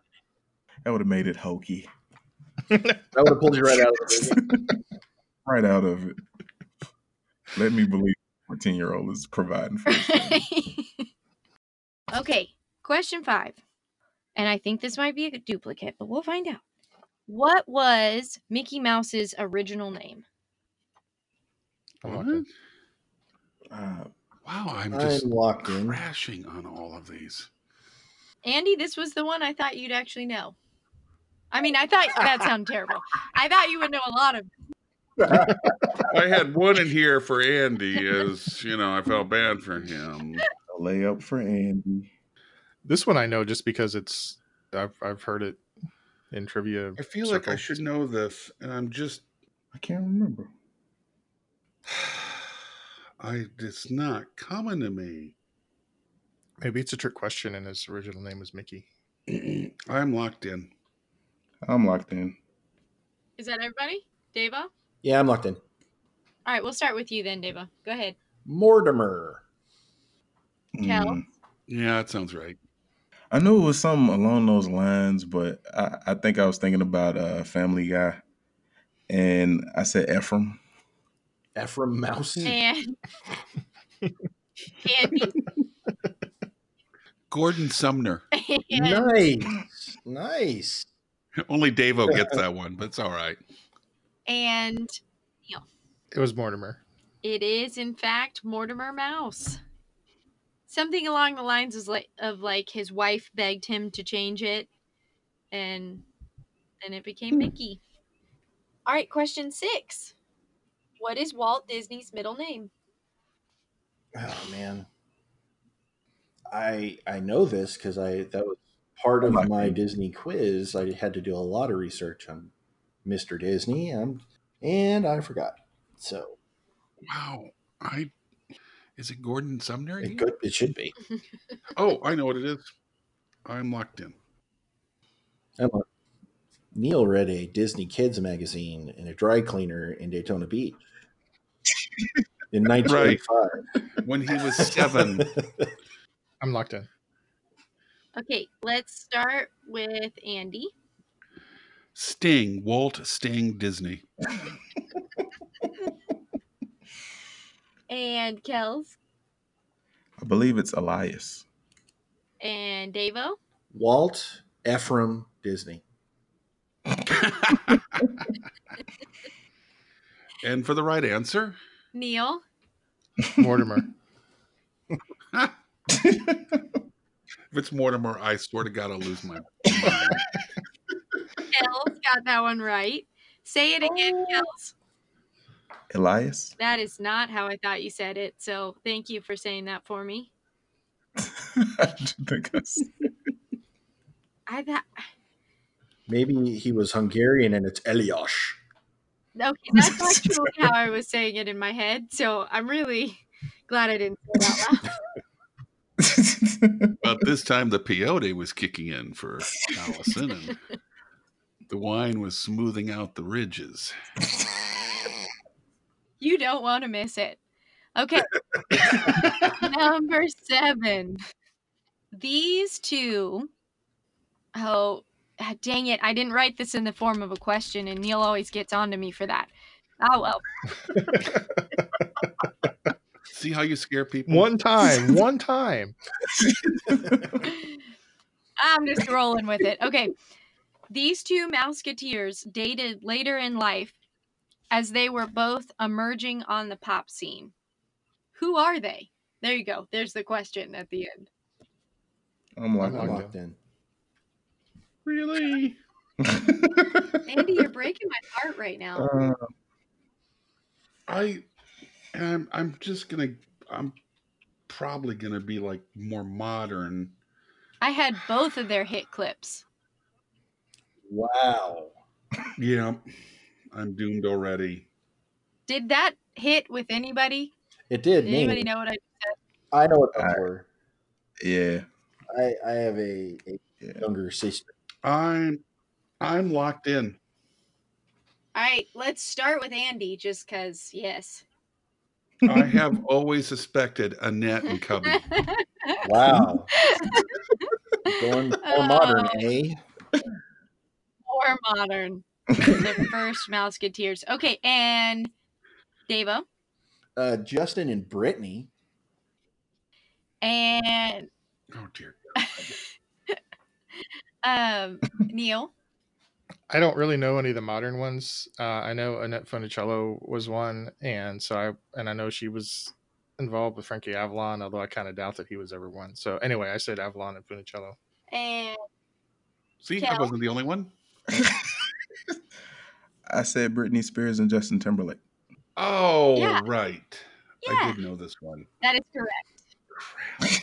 [SPEAKER 2] that would have made it hokey.
[SPEAKER 1] That would have pulled you right out of the movie.
[SPEAKER 2] right out of it. Let me believe fourteen year old is providing for his family.
[SPEAKER 4] [LAUGHS] okay, question five. And I think this might be a duplicate, but we'll find out. What was Mickey Mouse's original name?
[SPEAKER 5] I'm
[SPEAKER 3] What?
[SPEAKER 5] not gonna-
[SPEAKER 2] Uh,
[SPEAKER 3] Wow, I'm
[SPEAKER 1] I'm
[SPEAKER 3] just
[SPEAKER 1] locked in.
[SPEAKER 3] crashing on all of these.
[SPEAKER 4] Andy, this was the one I thought you'd actually know. I mean, I thought that sounded terrible. I thought you would know a lot of.
[SPEAKER 3] I had one in here for Andy, as you know, I felt bad for him.
[SPEAKER 2] a layup for Andy.
[SPEAKER 5] This one I know just because it's I've I've heard it in trivia.
[SPEAKER 3] I feel like I
[SPEAKER 5] circles.
[SPEAKER 3] should know this, and I'm just
[SPEAKER 2] I can't remember.
[SPEAKER 3] [SIGHS] I it's not coming to me.
[SPEAKER 5] Maybe it's a trick question, and his original name was Mickey.
[SPEAKER 3] I'm locked in.
[SPEAKER 2] I'm locked in.
[SPEAKER 4] Is that everybody? Deva? All
[SPEAKER 1] Yeah, I'm locked in.
[SPEAKER 4] right, we'll start with you then, Deva. Go ahead.
[SPEAKER 1] Mortimer.
[SPEAKER 4] Cal?
[SPEAKER 2] Mm.
[SPEAKER 3] Yeah, that sounds right.
[SPEAKER 2] I knew it was something along those lines, but I, I think I was thinking about uh, Family Guy, and I said Ephraim.
[SPEAKER 1] Ephraim Mouse.
[SPEAKER 4] And [LAUGHS] Andy.
[SPEAKER 3] Gordon Sumner. [LAUGHS]
[SPEAKER 1] [LAUGHS]
[SPEAKER 4] And
[SPEAKER 1] Nice. Nice.
[SPEAKER 3] Only [LAUGHS] Davo gets that one, but it's all right.
[SPEAKER 4] and
[SPEAKER 5] It was Mortimer.
[SPEAKER 4] it is in fact Mortimer Mouse. Something along the lines is like of like his wife begged him to change it, and then it became Mickey. All right, question six. What is Walt Disney's middle name?
[SPEAKER 1] Oh man. I I know this because I that was part of
[SPEAKER 2] Oh, my
[SPEAKER 1] my
[SPEAKER 2] goodness.
[SPEAKER 1] Disney quiz. I had to do a lot of research on Mr. Disney and and I forgot. So
[SPEAKER 3] Wow. I is it Gordon Sumner?
[SPEAKER 1] it
[SPEAKER 3] again?
[SPEAKER 1] could it should be.
[SPEAKER 3] Oh, I know what it is. I'm locked in.
[SPEAKER 1] Emma. Neil read a Disney Kids magazine in a dry cleaner in Daytona Beach in 1985.
[SPEAKER 3] When he [LAUGHS] was seven.
[SPEAKER 5] I'm locked in.
[SPEAKER 4] Okay, let's start with Andy.
[SPEAKER 3] Sting, Walt Sting [LAUGHS] Disney.
[SPEAKER 4] and Kels
[SPEAKER 2] I believe it's Elias.
[SPEAKER 4] and Davo.
[SPEAKER 1] [LAUGHS] Walt Ephraim Disney.
[SPEAKER 3] and for the right answer,
[SPEAKER 4] Neil
[SPEAKER 3] [LAUGHS]
[SPEAKER 5] Mortimer.
[SPEAKER 3] if it's Mortimer, I swear to God, I'll lose my.
[SPEAKER 4] Kels got that one right. Say it again, Kels.
[SPEAKER 2] Elias. [LAUGHS]
[SPEAKER 4] That is not how I thought you said it. So thank you for saying that for me.
[SPEAKER 2] I didn't think I s-
[SPEAKER 4] I thought
[SPEAKER 1] Maybe he was Hungarian and it's Eliosh.
[SPEAKER 4] okay, that's actually how I was saying it in my head. So I'm really [LAUGHS] glad I didn't say it out loud. [LAUGHS]
[SPEAKER 3] But this time, the peyote was kicking in for Allison, and the wine was smoothing out the ridges.
[SPEAKER 4] You don't want to miss it. Okay. Number seven. These two oh ah, dang it! I didn't write this in the form of a question, and Neil always gets on to me for that. Oh well.
[SPEAKER 3] See how you scare people?
[SPEAKER 5] one time. One time.
[SPEAKER 4] I'm just rolling with it. Okay. These two Mouseketeers dated later in life as they were both emerging on the pop scene. Who are they? There you go. There's the question at the end.
[SPEAKER 2] [LAUGHS]
[SPEAKER 1] I'm
[SPEAKER 2] I'm locked
[SPEAKER 1] not
[SPEAKER 2] in.
[SPEAKER 1] locked in.
[SPEAKER 3] Really?
[SPEAKER 2] [LAUGHS]
[SPEAKER 4] Andy, you're breaking my heart right now.
[SPEAKER 2] Uh,
[SPEAKER 3] I and I'm I'm just gonna I'm probably gonna be like more modern.
[SPEAKER 4] I had both of their hit clips.
[SPEAKER 1] Wow.
[SPEAKER 3] Yeah, I'm doomed already.
[SPEAKER 4] Did that hit with anybody?
[SPEAKER 1] It did
[SPEAKER 4] Did
[SPEAKER 1] me.
[SPEAKER 4] anybody know what I?
[SPEAKER 1] I know what those
[SPEAKER 2] Alright.
[SPEAKER 1] were.
[SPEAKER 2] Yeah.
[SPEAKER 1] I, I have a, a
[SPEAKER 2] Yeah.
[SPEAKER 1] younger sister.
[SPEAKER 3] I'm I'm locked
[SPEAKER 4] [LAUGHS]
[SPEAKER 3] in.
[SPEAKER 4] All right, let's start with Andy, just because. Yes.
[SPEAKER 3] I have always suspected Annette and Cubby.
[SPEAKER 4] [LAUGHS]
[SPEAKER 1] Wow. Going
[SPEAKER 4] Uh,
[SPEAKER 1] more modern, eh?
[SPEAKER 4] More modern. the first Mouseketeers. Okay, and Devo
[SPEAKER 1] Uh, Justin and Brittany.
[SPEAKER 4] and
[SPEAKER 3] Oh dear. [LAUGHS]
[SPEAKER 4] um Neil.
[SPEAKER 5] I don't really know any of the modern ones. Uh, I know Annette Funicello was one, and so I and I know she was involved with Frankie Avalon, although I kind of doubt that he was ever one. So anyway, I said Avalon and Funicello.
[SPEAKER 4] And
[SPEAKER 3] See, I
[SPEAKER 4] Kel.
[SPEAKER 3] wasn't the only one.
[SPEAKER 2] I said Britney Spears and Justin Timberlake. [LAUGHS]
[SPEAKER 3] Oh
[SPEAKER 4] Yeah.
[SPEAKER 3] right. I
[SPEAKER 4] yeah,
[SPEAKER 3] did know this one.
[SPEAKER 4] that is correct.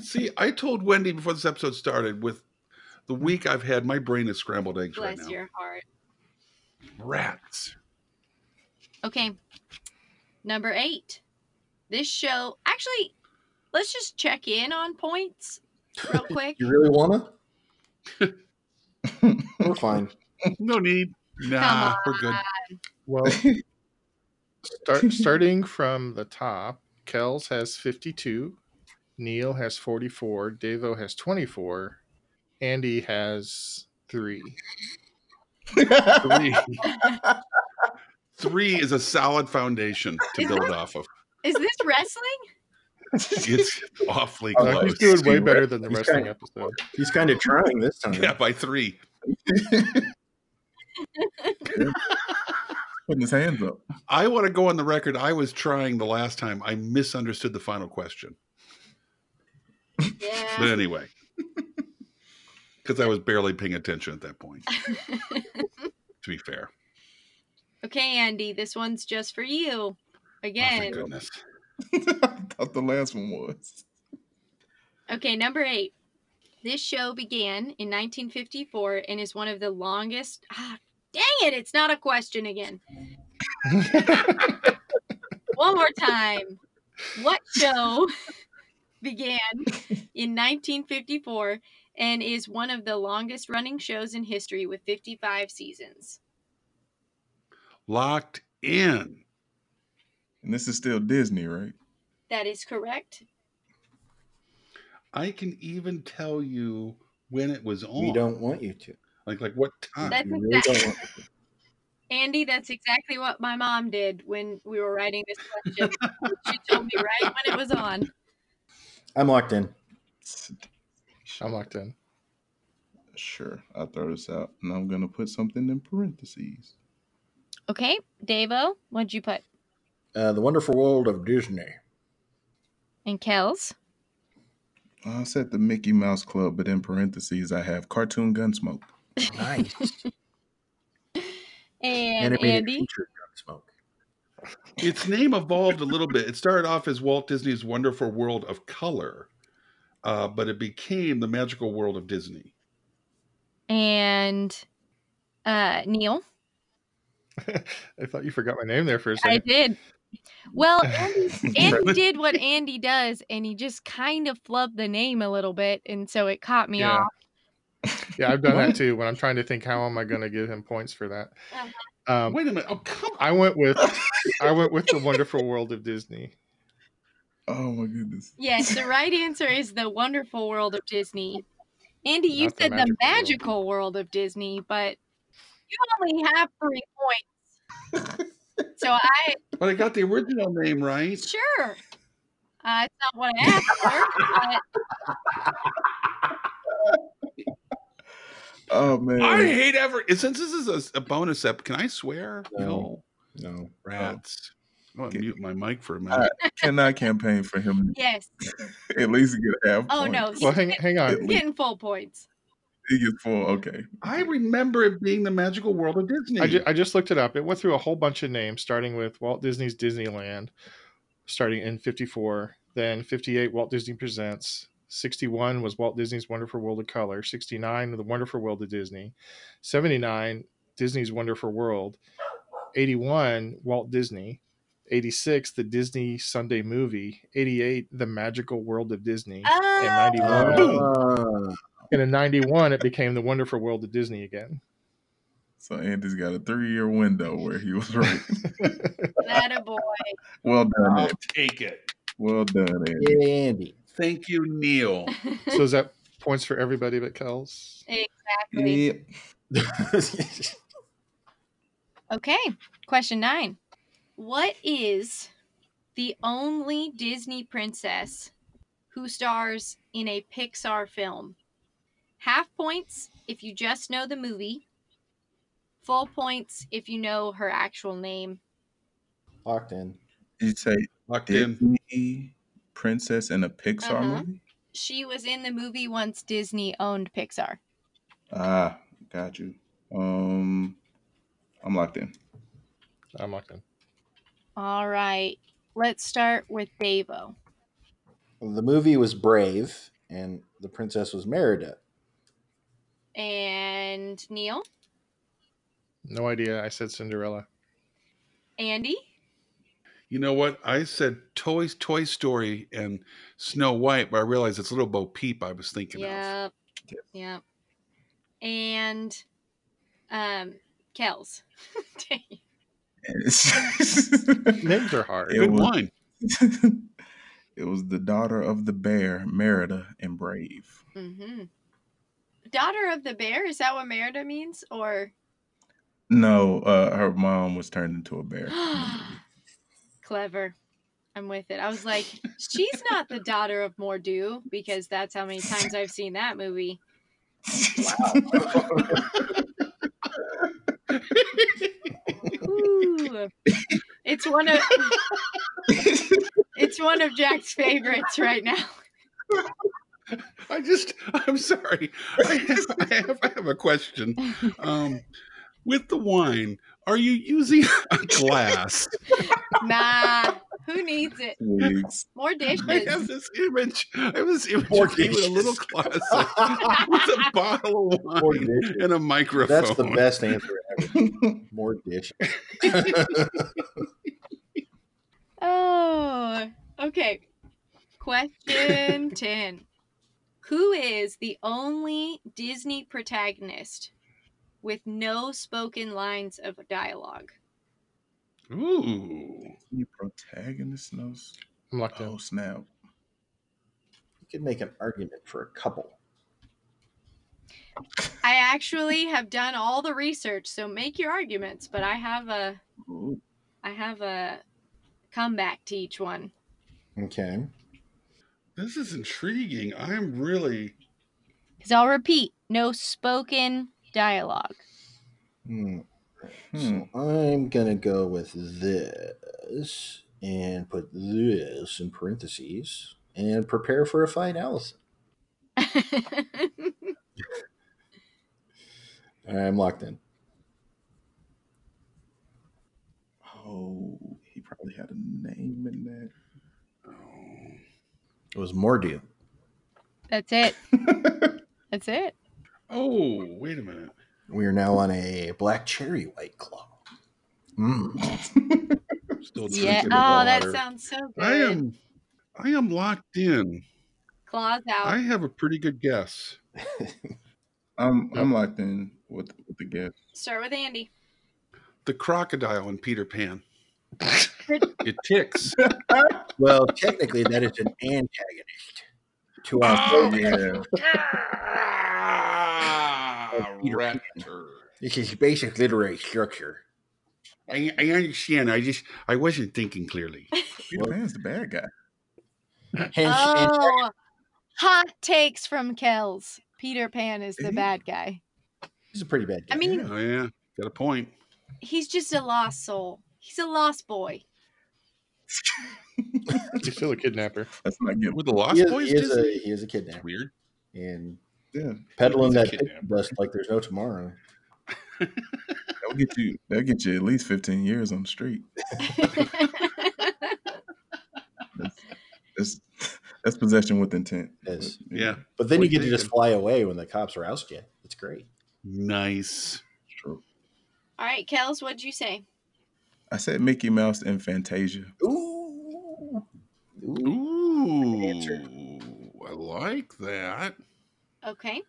[SPEAKER 3] See, I told Wendy before this episode started with the week I've had, my brain is scrambled eggs
[SPEAKER 4] Mm-hmm. Bless
[SPEAKER 3] right now.
[SPEAKER 4] your heart. [LAUGHS]
[SPEAKER 3] Rats.
[SPEAKER 4] Okay. Number eight. This show actually let's just check in on points
[SPEAKER 3] [LAUGHS]
[SPEAKER 4] real quick.
[SPEAKER 1] You really [LAUGHS] wanna? We're [LAUGHS] fine.
[SPEAKER 3] No need. Nah, we're good.
[SPEAKER 5] Well, start, starting from the top, Kells has 52, Neil has 44, Devo has 24, Andy has three.
[SPEAKER 3] Three. Three is a solid foundation to
[SPEAKER 4] Is
[SPEAKER 3] build
[SPEAKER 4] it?
[SPEAKER 3] off of.
[SPEAKER 4] Is this wrestling?
[SPEAKER 3] [LAUGHS]
[SPEAKER 4] [LAUGHS]
[SPEAKER 3] It's awfully
[SPEAKER 2] Oh,
[SPEAKER 5] Like,
[SPEAKER 3] close.
[SPEAKER 5] he's doing way
[SPEAKER 2] see,
[SPEAKER 5] better than the
[SPEAKER 1] he's
[SPEAKER 5] wrestling
[SPEAKER 1] kinda-
[SPEAKER 5] episode.
[SPEAKER 1] He's kind of trying this time.
[SPEAKER 3] [LAUGHS] Yeah, by three.
[SPEAKER 2] Putting his hands up. [LAUGHS]
[SPEAKER 3] I want to go on the record. I was trying the last time. I misunderstood the final question. But
[SPEAKER 4] Yeah.
[SPEAKER 3] anyway, [LAUGHS] because I was barely paying attention at that
[SPEAKER 4] [LAUGHS]
[SPEAKER 3] point, to be fair. Oh,
[SPEAKER 4] okay, Andy, this one's just for you.
[SPEAKER 3] Oh, thank
[SPEAKER 4] Again.
[SPEAKER 3] goodness.
[SPEAKER 2] I thought the last one was.
[SPEAKER 4] Okay, number eight. This show began in 1954 and is one of the longest. Ah, dang it! It's not a
[SPEAKER 1] [LAUGHS]
[SPEAKER 4] question again. One more time. What show [LAUGHS] began in 1954 and is one of the longest running shows in history with 55 seasons?
[SPEAKER 3] Locked in.
[SPEAKER 2] And this is still Disney, right?
[SPEAKER 4] That is correct.
[SPEAKER 3] I can even tell you when it was on.
[SPEAKER 1] We don't want you to.
[SPEAKER 3] like like what time?
[SPEAKER 4] That's
[SPEAKER 1] We really
[SPEAKER 4] exactly,
[SPEAKER 1] don't want you to.
[SPEAKER 4] Andy, that's exactly what my mom did when we were writing this question. she told me right when it was on.
[SPEAKER 1] I'm locked in.
[SPEAKER 5] I'm locked in. [LAUGHS]
[SPEAKER 2] Sure. I'll throw this out and I'm going to put something in parentheses.
[SPEAKER 4] Okay, Davo, what'd you put?
[SPEAKER 1] Uh, the Wonderful World of Disney.
[SPEAKER 4] And Kells?
[SPEAKER 2] I said the Mickey Mouse Club, but in parentheses, I have Cartoon Gunsmoke.
[SPEAKER 1] Nice.
[SPEAKER 4] [LAUGHS] And
[SPEAKER 1] Animated
[SPEAKER 4] Andy?
[SPEAKER 1] feature Gunsmoke.
[SPEAKER 3] Its name evolved a little bit. It started off as Walt Disney's Wonderful World of Color, uh, but it became the Magical World of Disney.
[SPEAKER 4] And uh, Neil?
[SPEAKER 5] I thought you forgot my name there for a
[SPEAKER 4] I
[SPEAKER 5] second.
[SPEAKER 4] did. [LAUGHS] Well, Andy, Andy
[SPEAKER 3] Right.
[SPEAKER 4] did what Andy does, and he just kind of flubbed the name a little bit, and so it caught me
[SPEAKER 5] Yeah.
[SPEAKER 4] off.
[SPEAKER 5] Yeah, I've done
[SPEAKER 2] What?
[SPEAKER 5] that too when I'm trying to think how am I going to give him points for that. Um,
[SPEAKER 3] Wait a minute! Oh come on!
[SPEAKER 5] I went with I went with the Wonderful World of Disney.
[SPEAKER 2] Oh my goodness.
[SPEAKER 4] Yes, the right answer is the Wonderful World of Disney. Andy, you
[SPEAKER 5] Not the
[SPEAKER 4] said the
[SPEAKER 5] magical world.
[SPEAKER 4] magical world of Disney, but you only have three
[SPEAKER 5] [LAUGHS]
[SPEAKER 4] points. So I
[SPEAKER 3] But I got the original name right.
[SPEAKER 4] Sure. Uh, it's not what I asked for,
[SPEAKER 2] Oh man.
[SPEAKER 3] I hate ever. Since this is a, a bonus ep, can I swear?
[SPEAKER 1] No.
[SPEAKER 3] No,
[SPEAKER 1] No.
[SPEAKER 3] rats. I'm gonna
[SPEAKER 2] Okay.
[SPEAKER 3] mute my mic for a
[SPEAKER 2] All
[SPEAKER 3] minute.
[SPEAKER 2] right. Can I campaign for him [LAUGHS]
[SPEAKER 4] but yes.
[SPEAKER 2] to at least get half?
[SPEAKER 4] Oh
[SPEAKER 2] point?
[SPEAKER 4] no,
[SPEAKER 5] Well,
[SPEAKER 4] he's
[SPEAKER 5] hang hang on. [LAUGHS]
[SPEAKER 4] getting full points.
[SPEAKER 2] biggest pull. Okay.
[SPEAKER 3] I remember it being the magical world of Disney.
[SPEAKER 5] I, ju- I just looked it up. It went through a whole bunch of names, starting with Walt Disney's Disneyland, starting in 54. Then 58, Walt Disney Presents. 61 was Walt Disney's Wonderful World of Color. 69, The Wonderful World of Disney. 79, Disney's Wonderful World. 81, Walt Disney. 86, The Disney Sunday Movie. 88, The Magical World of Disney.
[SPEAKER 4] Oh,
[SPEAKER 5] 91.
[SPEAKER 1] Uh,
[SPEAKER 5] And in 91, it became The Wonderful World of Disney again.
[SPEAKER 2] So Andy's got a three-year window where he was
[SPEAKER 4] [LAUGHS]
[SPEAKER 2] right.
[SPEAKER 4] Oh, that a boy. [LAUGHS]
[SPEAKER 2] well done,
[SPEAKER 3] I'll
[SPEAKER 2] Andy.
[SPEAKER 3] take it.
[SPEAKER 4] Oh.
[SPEAKER 2] Well done, Andy.
[SPEAKER 1] yeah, Andy.
[SPEAKER 3] Thank you, Neil.
[SPEAKER 5] So is that points for everybody but Kells?
[SPEAKER 4] exactly. Okay, question nine. What is the only Disney princess who stars in a Pixar film? Half points if you just know the movie, full points if you know her actual name.
[SPEAKER 1] [LAUGHS] Locked in.
[SPEAKER 2] You say
[SPEAKER 3] Locked in.
[SPEAKER 2] Disney princess in a Pixar
[SPEAKER 4] Uh-huh.
[SPEAKER 2] movie?
[SPEAKER 4] She was in the movie once Disney owned Pixar.
[SPEAKER 2] Ah, got you. Um, I'm locked in. [LAUGHS]
[SPEAKER 5] I'm not going
[SPEAKER 4] All right, let's start with Davo.
[SPEAKER 1] The movie was Brave, and the princess was Merida.
[SPEAKER 4] And Neil,
[SPEAKER 5] No idea. I said Cinderella.
[SPEAKER 4] Andy,
[SPEAKER 3] You know what? I said Toy Toy Story and Snow White, but I realized it's Little Bo Peep. I was thinking of.
[SPEAKER 4] Yep. Yep. And um Kells. [LAUGHS] Dang.
[SPEAKER 5] Names are hard.
[SPEAKER 2] It
[SPEAKER 3] Good
[SPEAKER 2] was-
[SPEAKER 3] one.
[SPEAKER 2] [LAUGHS] it was the daughter of the bear, Merida, and Brave.
[SPEAKER 4] Mhm. Daughter of the bear, is that what Merida means? Or
[SPEAKER 2] No, uh, her mom was turned into a
[SPEAKER 4] [GASPS]
[SPEAKER 2] bear.
[SPEAKER 4] clever. I'm with it. I was like, she's not the daughter of Mordu, because that's how many times I've seen that movie. Ooh. It's one of it's one of Jack's favorites right now.
[SPEAKER 3] I just, [LAUGHS] I'm sorry. I have, I have, I have a question. Um, with the wine, are you using [LAUGHS] a glass?
[SPEAKER 4] Nah. Who needs it?
[SPEAKER 2] Twigs.
[SPEAKER 4] More
[SPEAKER 3] I have
[SPEAKER 4] dishes.
[SPEAKER 3] this image. I have this image
[SPEAKER 1] More
[SPEAKER 3] of you with a little
[SPEAKER 1] dishes.
[SPEAKER 3] glass with a bottle of
[SPEAKER 1] More
[SPEAKER 3] wine
[SPEAKER 1] dishes.
[SPEAKER 3] and a microphone.
[SPEAKER 1] That's the best answer ever. [LAUGHS] More dish.
[SPEAKER 4] Oh, okay.
[SPEAKER 3] [COUGHS]
[SPEAKER 4] Question 10. Who is the only Disney protagonist with no spoken lines of dialogue?
[SPEAKER 3] Ooh.
[SPEAKER 2] The protagonist knows.
[SPEAKER 5] I'm locked
[SPEAKER 2] Oh [LAUGHS]
[SPEAKER 5] in.
[SPEAKER 2] snap!
[SPEAKER 1] You could make an argument for a couple.
[SPEAKER 4] I actually have done all the research, so make your arguments, but I have a
[SPEAKER 2] Ooh.
[SPEAKER 4] I have a comeback to each one.
[SPEAKER 1] Okay.
[SPEAKER 3] This is intriguing. I'm really.
[SPEAKER 4] Cuz I'll repeat, no spoken dialogue. [LAUGHS]
[SPEAKER 1] Hmm.
[SPEAKER 2] Hmm.
[SPEAKER 1] So I'm gonna go with this and put this in parentheses and prepare for a fight, Allison. All right, I'm locked in.
[SPEAKER 2] Oh, he probably had a name in that.
[SPEAKER 1] It was Mordu.
[SPEAKER 4] That's it. That's it.
[SPEAKER 3] Oh, wait a minute.
[SPEAKER 1] We are now on a black cherry white claw. Mm.
[SPEAKER 4] [LAUGHS]
[SPEAKER 3] I'm still drinking
[SPEAKER 4] Yeah.
[SPEAKER 3] the
[SPEAKER 4] Oh, that
[SPEAKER 3] water.
[SPEAKER 4] sounds so good.
[SPEAKER 3] I am. I am locked in.
[SPEAKER 4] Claws out.
[SPEAKER 3] I have a pretty good guess.
[SPEAKER 2] I'm I'm
[SPEAKER 5] Yep.
[SPEAKER 2] locked in with with the guess.
[SPEAKER 4] Start with Andy.
[SPEAKER 3] The crocodile in Peter [LAUGHS] Pan. it ticks.
[SPEAKER 1] Well, technically, that is an antagonist to our
[SPEAKER 3] Oh,
[SPEAKER 1] program.
[SPEAKER 2] Yeah,
[SPEAKER 3] Ah,
[SPEAKER 1] Peter Pan.
[SPEAKER 3] raptor.
[SPEAKER 1] This is basic literary structure.
[SPEAKER 3] I, I understand. I just I wasn't thinking [LAUGHS] clearly.
[SPEAKER 2] Peter Pan's the bad guy.
[SPEAKER 1] Hence,
[SPEAKER 4] Oh, hot takes from Kells. Peter Pan is the
[SPEAKER 2] Is he?
[SPEAKER 4] bad guy.
[SPEAKER 1] he's a pretty bad guy.
[SPEAKER 4] I mean,
[SPEAKER 3] Oh yeah, got a point.
[SPEAKER 4] he's just a lost soul. He's a lost boy. [LAUGHS]
[SPEAKER 5] He's still a kidnapper.
[SPEAKER 2] [LAUGHS] That's not good.
[SPEAKER 3] With the Lost
[SPEAKER 1] he is,
[SPEAKER 3] Boys,
[SPEAKER 1] he is a,
[SPEAKER 3] Disney?
[SPEAKER 1] he is a
[SPEAKER 3] It's
[SPEAKER 1] kidnapper,
[SPEAKER 3] weird.
[SPEAKER 1] and
[SPEAKER 2] Yeah,
[SPEAKER 1] Peddling that
[SPEAKER 3] It's a
[SPEAKER 1] pixie
[SPEAKER 3] kidnap.
[SPEAKER 1] dust like there's no tomorrow.
[SPEAKER 2] that'll get you. That'll get you at least fifteen years on the street. That's [LAUGHS] that's possession with intent.
[SPEAKER 1] It is.
[SPEAKER 2] But,
[SPEAKER 3] Yeah.
[SPEAKER 1] But then
[SPEAKER 3] Well,
[SPEAKER 1] you get to
[SPEAKER 3] they
[SPEAKER 1] just
[SPEAKER 3] can-
[SPEAKER 1] fly away when the cops roust you. It's great.
[SPEAKER 3] Nice.
[SPEAKER 2] it's true.
[SPEAKER 4] All right, Kels, what'd you say?
[SPEAKER 2] I said Mickey Mouse and Fantasia.
[SPEAKER 1] Ooh. Ooh. answer.
[SPEAKER 3] Ooh, I like that.
[SPEAKER 4] Okay.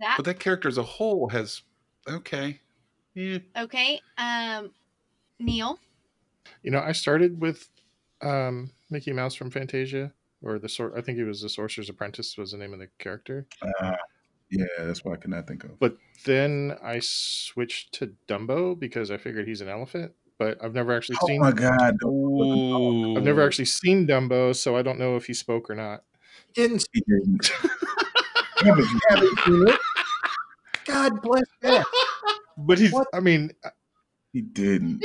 [SPEAKER 4] That
[SPEAKER 3] But that character as a whole has okay. Yeah.
[SPEAKER 4] okay. Um Neil.
[SPEAKER 5] You know, I started with um, Mickey Mouse from Fantasia, or the sort. I think it was the Sorcerer's Apprentice was the name of the character.
[SPEAKER 2] Uh, yeah, that's what I could not think of.
[SPEAKER 5] But then I switched to Dumbo because I figured he's an elephant. But I've never actually
[SPEAKER 2] Oh
[SPEAKER 5] seen.
[SPEAKER 2] my god!
[SPEAKER 3] Ooh.
[SPEAKER 5] I've never actually seen Dumbo, so I don't know if he spoke or not.
[SPEAKER 1] Didn't
[SPEAKER 2] he didn't.
[SPEAKER 1] have it. Haven't seen it. God bless that.
[SPEAKER 5] But he's.
[SPEAKER 1] What?
[SPEAKER 5] I mean, I-
[SPEAKER 2] He didn't.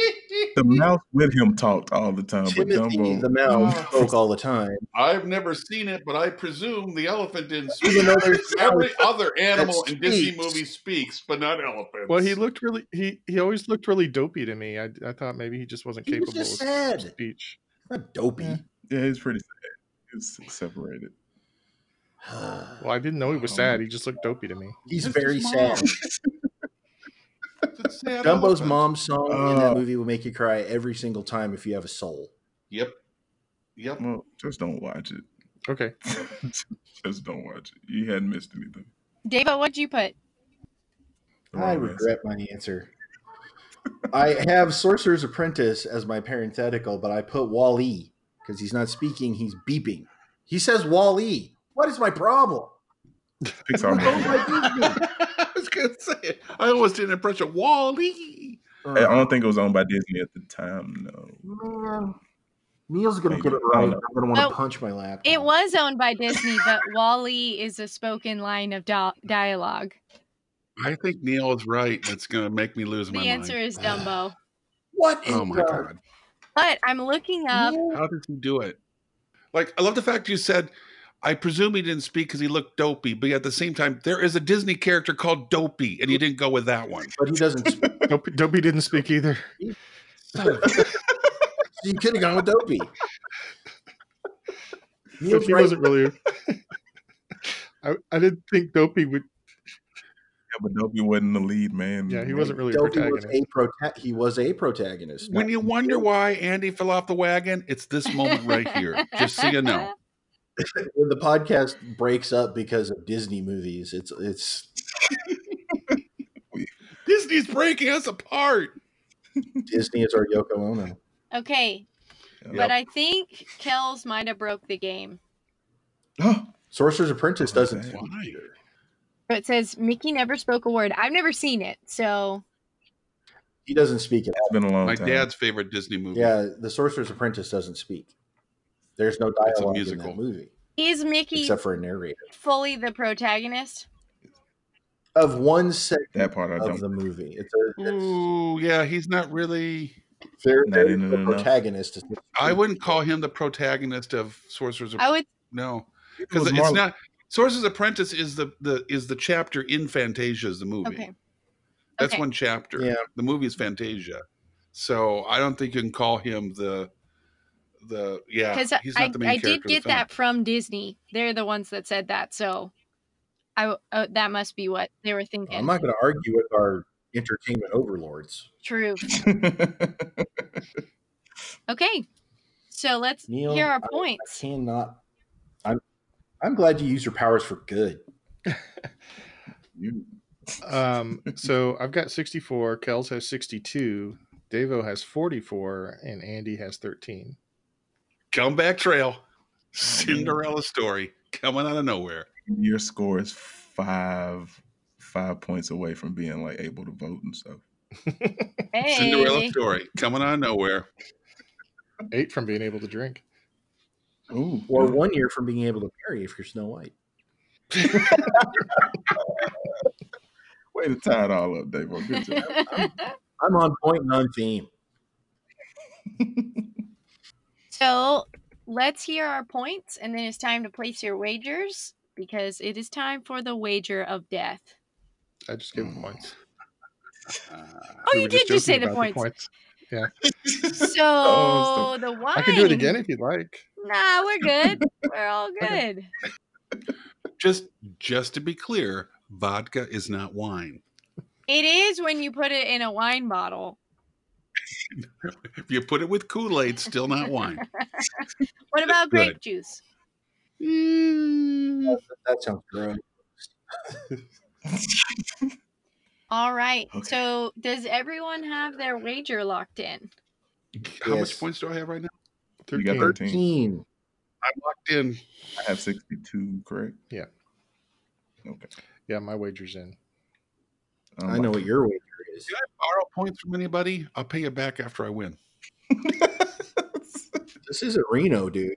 [SPEAKER 2] The mouse with him talked all the time, but
[SPEAKER 1] Timothy
[SPEAKER 2] Dumbo.
[SPEAKER 1] the mouse
[SPEAKER 3] Oh.
[SPEAKER 1] spoke all the time.
[SPEAKER 3] [LAUGHS] I've never seen it, but I presume the elephant didn't
[SPEAKER 1] Even
[SPEAKER 3] speak.
[SPEAKER 1] though there's
[SPEAKER 3] Every other animal in Disney
[SPEAKER 1] speaks.
[SPEAKER 3] movies speaks, but not elephants.
[SPEAKER 5] well, he looked really. He he always looked really dopey to me. I I thought maybe he just wasn't
[SPEAKER 1] He was
[SPEAKER 5] capable
[SPEAKER 1] just
[SPEAKER 5] of
[SPEAKER 1] sad.
[SPEAKER 5] speech.
[SPEAKER 1] Not dopey.
[SPEAKER 5] Yeah.
[SPEAKER 2] Yeah, he's pretty sad. He's separated.
[SPEAKER 1] [SIGHS]
[SPEAKER 5] Well, I didn't know he was
[SPEAKER 2] Oh,
[SPEAKER 5] sad.
[SPEAKER 2] my
[SPEAKER 5] He just looked dopey to me.
[SPEAKER 1] He's
[SPEAKER 3] It's
[SPEAKER 1] very
[SPEAKER 3] his
[SPEAKER 1] sad.
[SPEAKER 3] mom. It's a sad
[SPEAKER 1] Dumbo's
[SPEAKER 3] elephant.
[SPEAKER 1] mom's song in that
[SPEAKER 2] Oh.
[SPEAKER 1] movie will make you cry every single time if you have a soul.
[SPEAKER 3] Yep. Yep.
[SPEAKER 2] Well, just don't watch it. [LAUGHS]
[SPEAKER 5] Okay,
[SPEAKER 2] just don't watch it. You hadn't missed anything.
[SPEAKER 4] Davo, what'd you put?
[SPEAKER 2] The
[SPEAKER 1] I
[SPEAKER 2] wrong
[SPEAKER 1] regret my answer. I have Sorcerer's Apprentice as my parenthetical, but I put Wall-E because he's not speaking, he's beeping. He says Wall-E. What is my problem?
[SPEAKER 2] answer. Pixar movie.
[SPEAKER 3] [LAUGHS]
[SPEAKER 1] Oh
[SPEAKER 3] I was gonna say it. I almost did an impression of Wally. [LAUGHS]
[SPEAKER 2] I
[SPEAKER 3] um,
[SPEAKER 2] I don't think it was owned by Disney at the time. No.
[SPEAKER 1] Man, Neil's gonna
[SPEAKER 2] Maybe.
[SPEAKER 1] get it
[SPEAKER 3] um,
[SPEAKER 2] I
[SPEAKER 1] right. and
[SPEAKER 2] don't know.
[SPEAKER 1] I'm gonna want to
[SPEAKER 4] Oh,
[SPEAKER 1] punch my lap.
[SPEAKER 4] It was owned by
[SPEAKER 3] [LAUGHS]
[SPEAKER 4] Disney, but Wally is a spoken line of do- dialogue.
[SPEAKER 3] I think Neil is right. That's gonna make me lose
[SPEAKER 4] The
[SPEAKER 3] my
[SPEAKER 4] answer
[SPEAKER 3] mind. Ah.
[SPEAKER 4] is Dumbo.
[SPEAKER 1] What?
[SPEAKER 3] Oh
[SPEAKER 1] in
[SPEAKER 3] my
[SPEAKER 1] the-
[SPEAKER 3] god.
[SPEAKER 4] But I'm looking up.
[SPEAKER 3] How does he do it? Like, I love the fact you said, I presume he didn't speak because he looked dopey, but at the same time, there is a Disney character called Dopey, and you didn't go with that one.
[SPEAKER 1] But he doesn't. [LAUGHS] Speak.
[SPEAKER 5] dopey, dopey didn't speak
[SPEAKER 1] [LAUGHS]
[SPEAKER 5] either.
[SPEAKER 1] so you could have gone with Dopey. Neil's
[SPEAKER 5] Dopey
[SPEAKER 1] right. [LAUGHS]
[SPEAKER 5] wasn't really. I, I didn't think Dopey would.
[SPEAKER 2] Yeah, but Dopey wasn't the lead man.
[SPEAKER 5] Yeah,
[SPEAKER 2] [GASPS]
[SPEAKER 5] he wasn't really a
[SPEAKER 1] Dopey was
[SPEAKER 5] protagonist.
[SPEAKER 1] a prota- He was a protagonist.
[SPEAKER 3] When you wonder why Andy fell off the wagon, it's this moment right here. Just so you
[SPEAKER 4] [LAUGHS]
[SPEAKER 3] know.
[SPEAKER 1] when the podcast breaks up because of Disney movies, it's it's
[SPEAKER 3] Disney's breaking us apart.
[SPEAKER 1] Disney is our Yoko Ono.
[SPEAKER 4] Okay, but I think Kells might have broke the game.
[SPEAKER 1] Sorcerer's Apprentice
[SPEAKER 2] Oh,
[SPEAKER 1] doesn't.
[SPEAKER 2] man.
[SPEAKER 1] speak.
[SPEAKER 3] Why?
[SPEAKER 4] So it says Mickey never spoke a word. I've never seen it, so
[SPEAKER 1] He doesn't speak at all.
[SPEAKER 2] It's been a long
[SPEAKER 3] My
[SPEAKER 2] time.
[SPEAKER 3] dad's favorite Disney movie.
[SPEAKER 1] Yeah, the Sorcerer's Apprentice doesn't speak. There's no
[SPEAKER 3] a
[SPEAKER 1] dialogue in
[SPEAKER 3] musical.
[SPEAKER 1] that movie
[SPEAKER 4] is Mickey
[SPEAKER 1] except for a narrator
[SPEAKER 4] fully the protagonist?
[SPEAKER 1] of one segment
[SPEAKER 2] that part I
[SPEAKER 1] of
[SPEAKER 2] don't.
[SPEAKER 1] the movie. It's a it's
[SPEAKER 3] Ooh, yeah, he's not really.
[SPEAKER 1] very,
[SPEAKER 2] Not
[SPEAKER 1] very
[SPEAKER 2] in it
[SPEAKER 1] the
[SPEAKER 2] enough.
[SPEAKER 1] protagonist. is-
[SPEAKER 3] I wouldn't call him the protagonist of Sorcerer's.
[SPEAKER 4] I would.
[SPEAKER 3] no, because
[SPEAKER 2] was
[SPEAKER 3] it's
[SPEAKER 2] more-
[SPEAKER 3] not. Sorcerer's Apprentice is the the is the chapter in Fantasia is the movie.
[SPEAKER 4] Okay.
[SPEAKER 3] That's
[SPEAKER 4] okay.
[SPEAKER 3] one chapter.
[SPEAKER 1] Yeah.
[SPEAKER 3] The movie is Fantasia, so I don't think you can call him the the yeah.
[SPEAKER 4] Because
[SPEAKER 3] He's not
[SPEAKER 4] I,
[SPEAKER 3] the main
[SPEAKER 4] I
[SPEAKER 3] character.
[SPEAKER 4] did
[SPEAKER 3] of the
[SPEAKER 4] get
[SPEAKER 3] film.
[SPEAKER 4] that from Disney. They're the ones that said that, so I w- uh, that must be what they were thinking.
[SPEAKER 1] I'm not going to argue with our entertainment overlords.
[SPEAKER 4] True.
[SPEAKER 2] [LAUGHS]
[SPEAKER 4] Okay, so let's
[SPEAKER 1] Neil,
[SPEAKER 4] hear our
[SPEAKER 1] I-
[SPEAKER 4] points.
[SPEAKER 1] I cannot. I'm I'm glad you use your powers for good.
[SPEAKER 2] You-
[SPEAKER 1] [LAUGHS]
[SPEAKER 5] Um, so I've got 64. Kells has 62. Davo has 44, and Andy has 13.
[SPEAKER 3] comeback trail, Cinderella story coming out of nowhere.
[SPEAKER 2] your score is five five points away from being like able to vote and stuff.
[SPEAKER 3] Cinderella
[SPEAKER 4] [LAUGHS] Hey,
[SPEAKER 3] story coming out of nowhere.
[SPEAKER 5] Eight from being able to drink.
[SPEAKER 2] Ooh,
[SPEAKER 1] Or
[SPEAKER 2] yeah.
[SPEAKER 1] one year from being able to marry if you're Snow White.
[SPEAKER 2] way to tie it all up, Dave. Good
[SPEAKER 4] [LAUGHS]
[SPEAKER 2] job.
[SPEAKER 1] I'm on point and on theme.
[SPEAKER 4] so let's hear our points, and then it's time to place your wagers. because it is time for the wager of death.
[SPEAKER 5] I just
[SPEAKER 1] Mm.
[SPEAKER 5] gave him points.
[SPEAKER 3] Uh,
[SPEAKER 4] Oh,
[SPEAKER 5] We
[SPEAKER 4] you
[SPEAKER 5] were
[SPEAKER 4] did just say
[SPEAKER 5] joking
[SPEAKER 4] the
[SPEAKER 5] about
[SPEAKER 4] points. So
[SPEAKER 5] [LAUGHS]
[SPEAKER 2] Oh,
[SPEAKER 4] the wine.
[SPEAKER 5] I could do it again if you'd like.
[SPEAKER 4] Nah, we're
[SPEAKER 5] [LAUGHS]
[SPEAKER 4] good. We're all good.
[SPEAKER 3] just just to be clear, vodka is not wine.
[SPEAKER 4] It is when you put it in a wine bottle.
[SPEAKER 3] If you put it with Kool Aid, still not wine.
[SPEAKER 4] What about
[SPEAKER 3] Good.
[SPEAKER 4] grape juice? Mm,
[SPEAKER 1] That sounds gross.
[SPEAKER 4] all right.
[SPEAKER 2] Okay.
[SPEAKER 4] So, does everyone have their wager locked in?
[SPEAKER 3] How much
[SPEAKER 1] Yes.
[SPEAKER 3] points do I have right now?
[SPEAKER 2] You got
[SPEAKER 5] 13.
[SPEAKER 2] 13.
[SPEAKER 1] Teen.
[SPEAKER 3] I'm locked in.
[SPEAKER 2] I have 62, correct?
[SPEAKER 5] Yeah.
[SPEAKER 2] Okay.
[SPEAKER 5] Yeah, my wager's in.
[SPEAKER 2] Um,
[SPEAKER 1] I know what your wager is.
[SPEAKER 3] Did I borrow points from anybody? I'll pay you back after I win.
[SPEAKER 1] This is a Reno, dude.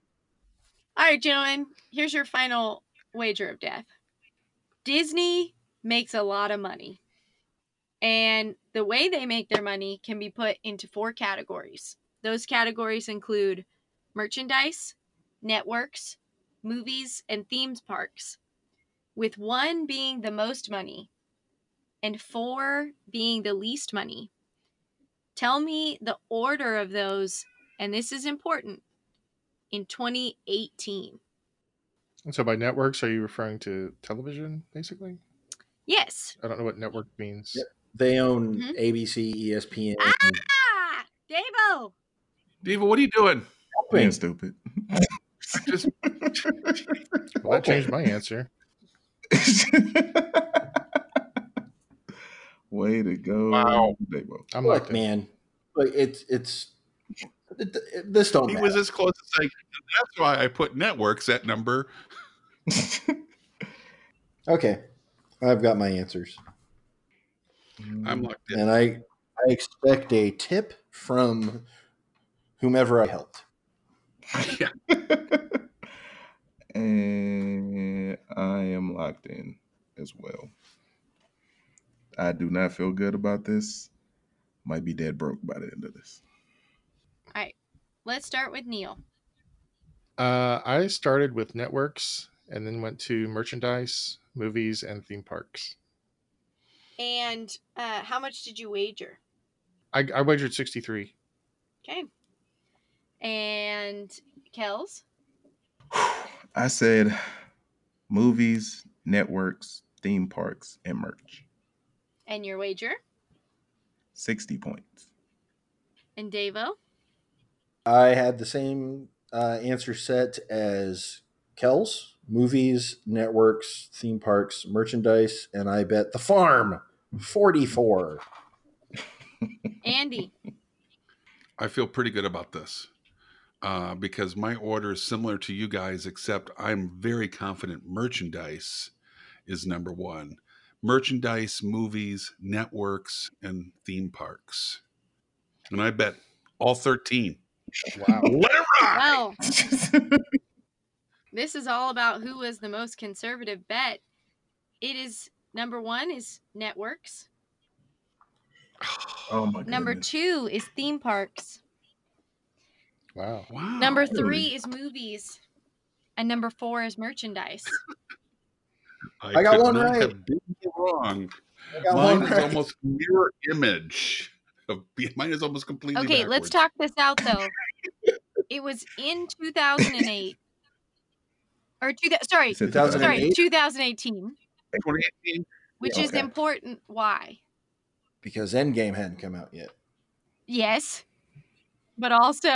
[SPEAKER 4] All right, gentlemen, here's your final wager of death. Disney makes a lot of money. And the way they make their money can be put into four categories. Those categories include merchandise, networks, movies, and themes parks, with one being the most money and four being the least money. Tell me the order of those, and this is important, in 2018.
[SPEAKER 5] And so by networks, are you referring to television, basically?
[SPEAKER 4] Yes.
[SPEAKER 5] I don't know what network means.
[SPEAKER 1] Yep. They own
[SPEAKER 4] Mhm.
[SPEAKER 1] ABC, ESPN.
[SPEAKER 4] Ah! Ah, Davo.
[SPEAKER 3] Diva, what are you doing?
[SPEAKER 2] Being stupid. [LAUGHS]
[SPEAKER 3] Just
[SPEAKER 5] Well, that changed my answer.
[SPEAKER 2] Way to go.
[SPEAKER 3] Wow.
[SPEAKER 2] Dabo.
[SPEAKER 5] I'm
[SPEAKER 1] Look,
[SPEAKER 5] like,
[SPEAKER 1] man. Look, it's it's it, it- this don't
[SPEAKER 3] he
[SPEAKER 1] matter.
[SPEAKER 3] was as close as like. That's why I put networks at number.
[SPEAKER 1] okay, I've got my answers,
[SPEAKER 3] I'm locked in.
[SPEAKER 1] and I I expect a tip from whomever I helped.
[SPEAKER 3] Yeah.
[SPEAKER 2] [LAUGHS] and I am locked in as well. I do not feel good about this. Might be dead broke by the end of this. [SIGHS]
[SPEAKER 4] Let's start with Neil.
[SPEAKER 5] uh, I started with networks and then went to merchandise, movies, and theme parks.
[SPEAKER 4] And uh, how much did you wager?
[SPEAKER 5] I, I wagered 63.
[SPEAKER 4] Okay. And Kels.
[SPEAKER 2] I said movies, networks, theme parks, and merch.
[SPEAKER 4] And your wager.
[SPEAKER 2] 60 points.
[SPEAKER 4] And Davo.
[SPEAKER 1] I had the same uh, answer set as Kells, movies, networks, theme parks, merchandise, and I bet the farm. 44.
[SPEAKER 4] Andy.
[SPEAKER 3] I feel pretty good about this uh, because my order is similar to you guys, except I'm very confident merchandise is number one. Merchandise, movies, networks, and theme parks. And I bet all 13.
[SPEAKER 5] Wow.
[SPEAKER 3] Let it ride!
[SPEAKER 4] Well, this is all about who was the most conservative bet. It is number one is networks.
[SPEAKER 2] oh my god.
[SPEAKER 4] Number two is theme parks.
[SPEAKER 5] wow.
[SPEAKER 3] Wow.
[SPEAKER 4] Number
[SPEAKER 2] Really?
[SPEAKER 4] three is movies. And number four is merchandise.
[SPEAKER 1] I got
[SPEAKER 3] could
[SPEAKER 1] one
[SPEAKER 3] not
[SPEAKER 1] right.
[SPEAKER 3] have been wrong.
[SPEAKER 1] I got
[SPEAKER 3] Mine
[SPEAKER 1] one
[SPEAKER 3] is
[SPEAKER 1] right.
[SPEAKER 3] almost mirror image of [LAUGHS] mine is almost completely
[SPEAKER 4] Okay, let's
[SPEAKER 3] backwards.
[SPEAKER 4] talk this out though. it was in 2008 or two, thou- sorry,
[SPEAKER 2] Said
[SPEAKER 1] 2008.
[SPEAKER 4] sorry, 2018,
[SPEAKER 3] 2018.
[SPEAKER 4] which is
[SPEAKER 1] okay.
[SPEAKER 4] important. Why?
[SPEAKER 1] because Endgame hadn't come out yet.
[SPEAKER 4] Yes, but also
[SPEAKER 1] [LAUGHS]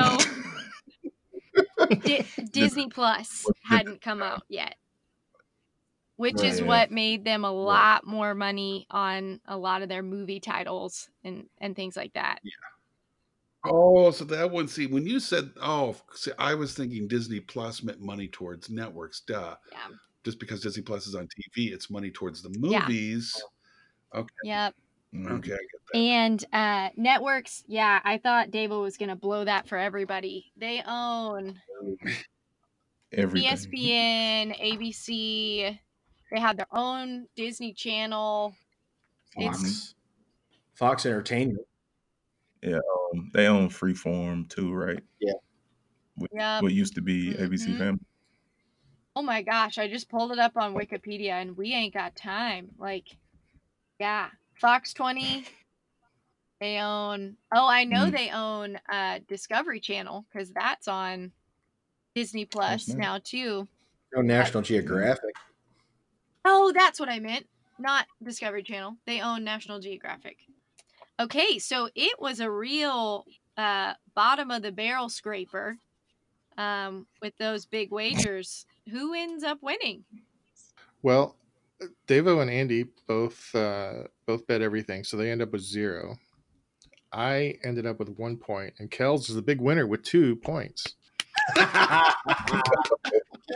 [SPEAKER 4] Di- Disney Plus hadn't come out yet, which is
[SPEAKER 1] Right.
[SPEAKER 4] what made them a lot more money on a lot of their movie titles and and things like that.
[SPEAKER 3] Oh, so that one. See, when you said, "Oh," see, I was thinking Disney Plus meant money towards networks. Duh.
[SPEAKER 4] Yeah.
[SPEAKER 3] Just because Disney Plus is on TV, it's money towards the
[SPEAKER 4] Yeah.
[SPEAKER 3] movies.
[SPEAKER 1] [LAUGHS]
[SPEAKER 4] Yep.
[SPEAKER 3] Okay, I get that.
[SPEAKER 4] And uh, networks, yeah, I thought Davo was gonna blow that for everybody. They own E
[SPEAKER 2] Everything.
[SPEAKER 4] ESPN, ABC. They have their own Disney Channel. It's-
[SPEAKER 1] Fox. Fox Entertainment.
[SPEAKER 2] Um, they own Freeform too, right?
[SPEAKER 1] Yeah.
[SPEAKER 2] What,
[SPEAKER 4] Yep.
[SPEAKER 2] what used to be ABC
[SPEAKER 4] Mhm.
[SPEAKER 2] Family.
[SPEAKER 4] Oh my gosh, I just pulled it up on Wikipedia and we ain't got time. Like, yeah, Fox 20, they own, oh, I know
[SPEAKER 6] Mm.
[SPEAKER 4] they own uh, Discovery Channel because that's on Disney Plus
[SPEAKER 6] nice.
[SPEAKER 4] now too.
[SPEAKER 1] Oh, National Geographic.
[SPEAKER 4] Oh, that's what I meant. Not Discovery Channel. They own National Geographic. Okay, so it was a real uh, bottom of the barrel scraper um, with those big wagers. Who ends up
[SPEAKER 5] [LAUGHS]
[SPEAKER 4] winning?
[SPEAKER 5] Well, Devo and Andy both uh, both bet everything, so they end up with zero. I ended up with one point, and Kells is the big winner with two points.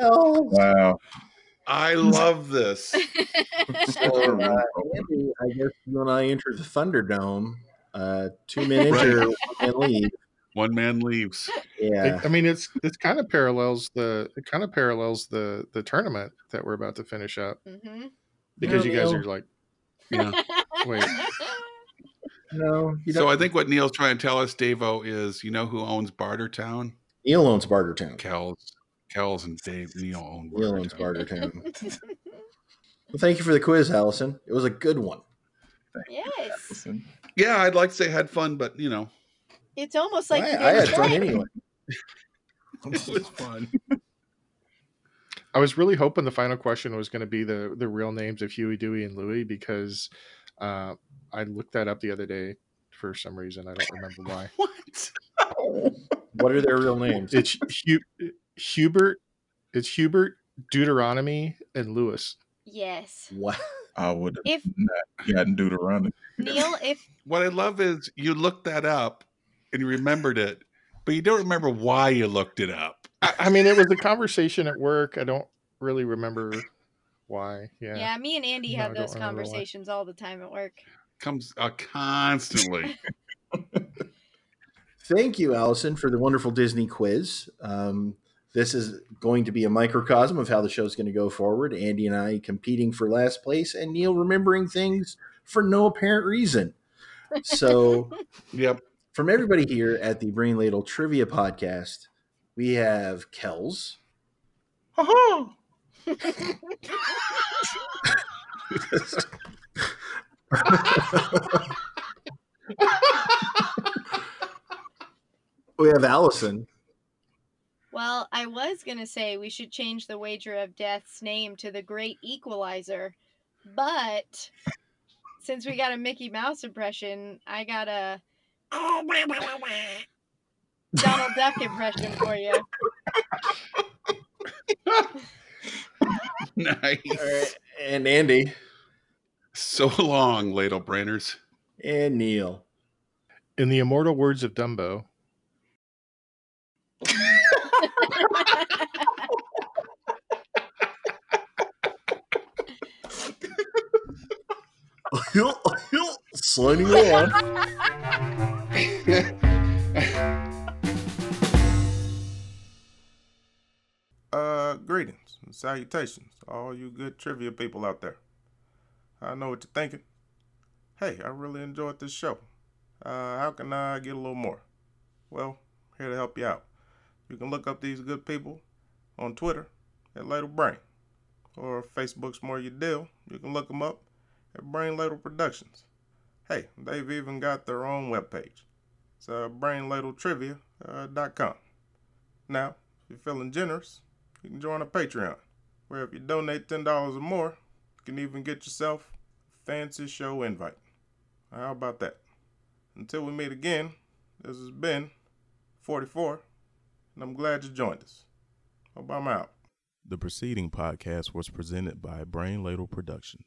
[SPEAKER 1] Oh,
[SPEAKER 6] Wow.
[SPEAKER 4] [LAUGHS]
[SPEAKER 3] I love this.
[SPEAKER 4] Mm-hmm.
[SPEAKER 5] [LAUGHS]
[SPEAKER 1] so, uh, Andy, I guess you and I enter the Thunderdome. Uh, two men enter, one man leave.
[SPEAKER 3] One man
[SPEAKER 4] [LAUGHS]
[SPEAKER 3] leaves.
[SPEAKER 1] Yeah.
[SPEAKER 5] I, I mean, it's it's kind of parallels the it kind of parallels the the tournament that we're about to finish up
[SPEAKER 4] Mhm.
[SPEAKER 5] because
[SPEAKER 1] No,
[SPEAKER 5] you guys
[SPEAKER 1] Neil.
[SPEAKER 5] are like,
[SPEAKER 3] Yeah.
[SPEAKER 5] wait,
[SPEAKER 1] No, you
[SPEAKER 3] So
[SPEAKER 1] don't-
[SPEAKER 3] I think what Neil's trying to tell us, Davo, is you know who owns Bartertown?
[SPEAKER 1] Neil owns Bartertown.
[SPEAKER 3] Kells. Kells and Dave Neil own
[SPEAKER 1] Neil owns
[SPEAKER 3] Bartertown.
[SPEAKER 4] [LAUGHS]
[SPEAKER 1] Bartertown. Well, thank you for the quiz, Allison. It was a good one.
[SPEAKER 4] yes.
[SPEAKER 6] Listen,
[SPEAKER 3] Yeah, I'd like to say had fun, but you know, [LAUGHS]
[SPEAKER 4] It's almost like
[SPEAKER 1] I,
[SPEAKER 4] you
[SPEAKER 1] I had
[SPEAKER 4] didn't
[SPEAKER 1] fun
[SPEAKER 4] play.
[SPEAKER 1] anyway.
[SPEAKER 3] it was fun.
[SPEAKER 5] I was really hoping the final question was going to be the the real names of Huey, Dewey, and Louie because uh, I looked that up the other day for some reason. I don't remember why.
[SPEAKER 3] What?
[SPEAKER 1] What are their real [LAUGHS] names?
[SPEAKER 5] It's Hu- Hubert. It's Hubert, Deuteronomy, and Lewis.
[SPEAKER 4] Yes.
[SPEAKER 1] What?
[SPEAKER 6] I would
[SPEAKER 4] If
[SPEAKER 6] have gotten Deuteronomy.
[SPEAKER 4] Neil, if
[SPEAKER 3] What I love is you looked that up and you remembered it, but you don't remember why you looked it up.
[SPEAKER 5] I, I mean, it was a conversation at work. I don't really remember why.
[SPEAKER 4] yeah,
[SPEAKER 5] Yeah.
[SPEAKER 4] me and Andy
[SPEAKER 5] No,
[SPEAKER 4] have
[SPEAKER 5] I don't
[SPEAKER 4] those
[SPEAKER 5] remember why.
[SPEAKER 4] conversations all the time at work.
[SPEAKER 3] Comes uh, constantly.
[SPEAKER 1] Thank you, Allison, for the wonderful Disney quiz. Um, this is going to be a microcosm of how the show's going to go forward. Andy and I competing for last place, and Neil remembering things for no apparent reason.
[SPEAKER 4] [LAUGHS]
[SPEAKER 1] So,
[SPEAKER 3] Yep. [LAUGHS]
[SPEAKER 1] from everybody here at the Brain Ladle Trivia Podcast, we have Kells. We have Allison.
[SPEAKER 4] Well, I was going to say we should change the Wager of Death's name to the Great Equalizer, but since we got a Mickey Mouse impression, I got a Donald Duck impression for you. [LAUGHS]
[SPEAKER 3] nice.
[SPEAKER 1] and Andy
[SPEAKER 3] So long, ladle brainers.
[SPEAKER 1] and [LAUGHS] Neil.
[SPEAKER 5] In the immortal words of Dumbo,
[SPEAKER 1] Signing off.
[SPEAKER 2] Uh, greetings and salutations, to all you good trivia people out there. I know what you're thinking. Hey, I really enjoyed this show. Uh, how can I get a little more? Well, here to help you out. You can look up these good people on Twitter at Ladle Brain, or Facebook's More Your Deal. You can look them up at Brain Ladle Productions. Hey, they've even got their own webpage. It's uh, brainladletrivia.com. uh, Now, if you're feeling generous, you can join a Patreon, where if you donate $10 or more, you can even get yourself a fancy show invite. How about that? Until we meet again, this has been 44, and I'm glad you joined us. Hope I'm out.
[SPEAKER 7] The preceding podcast was presented by Brain Ladle Productions,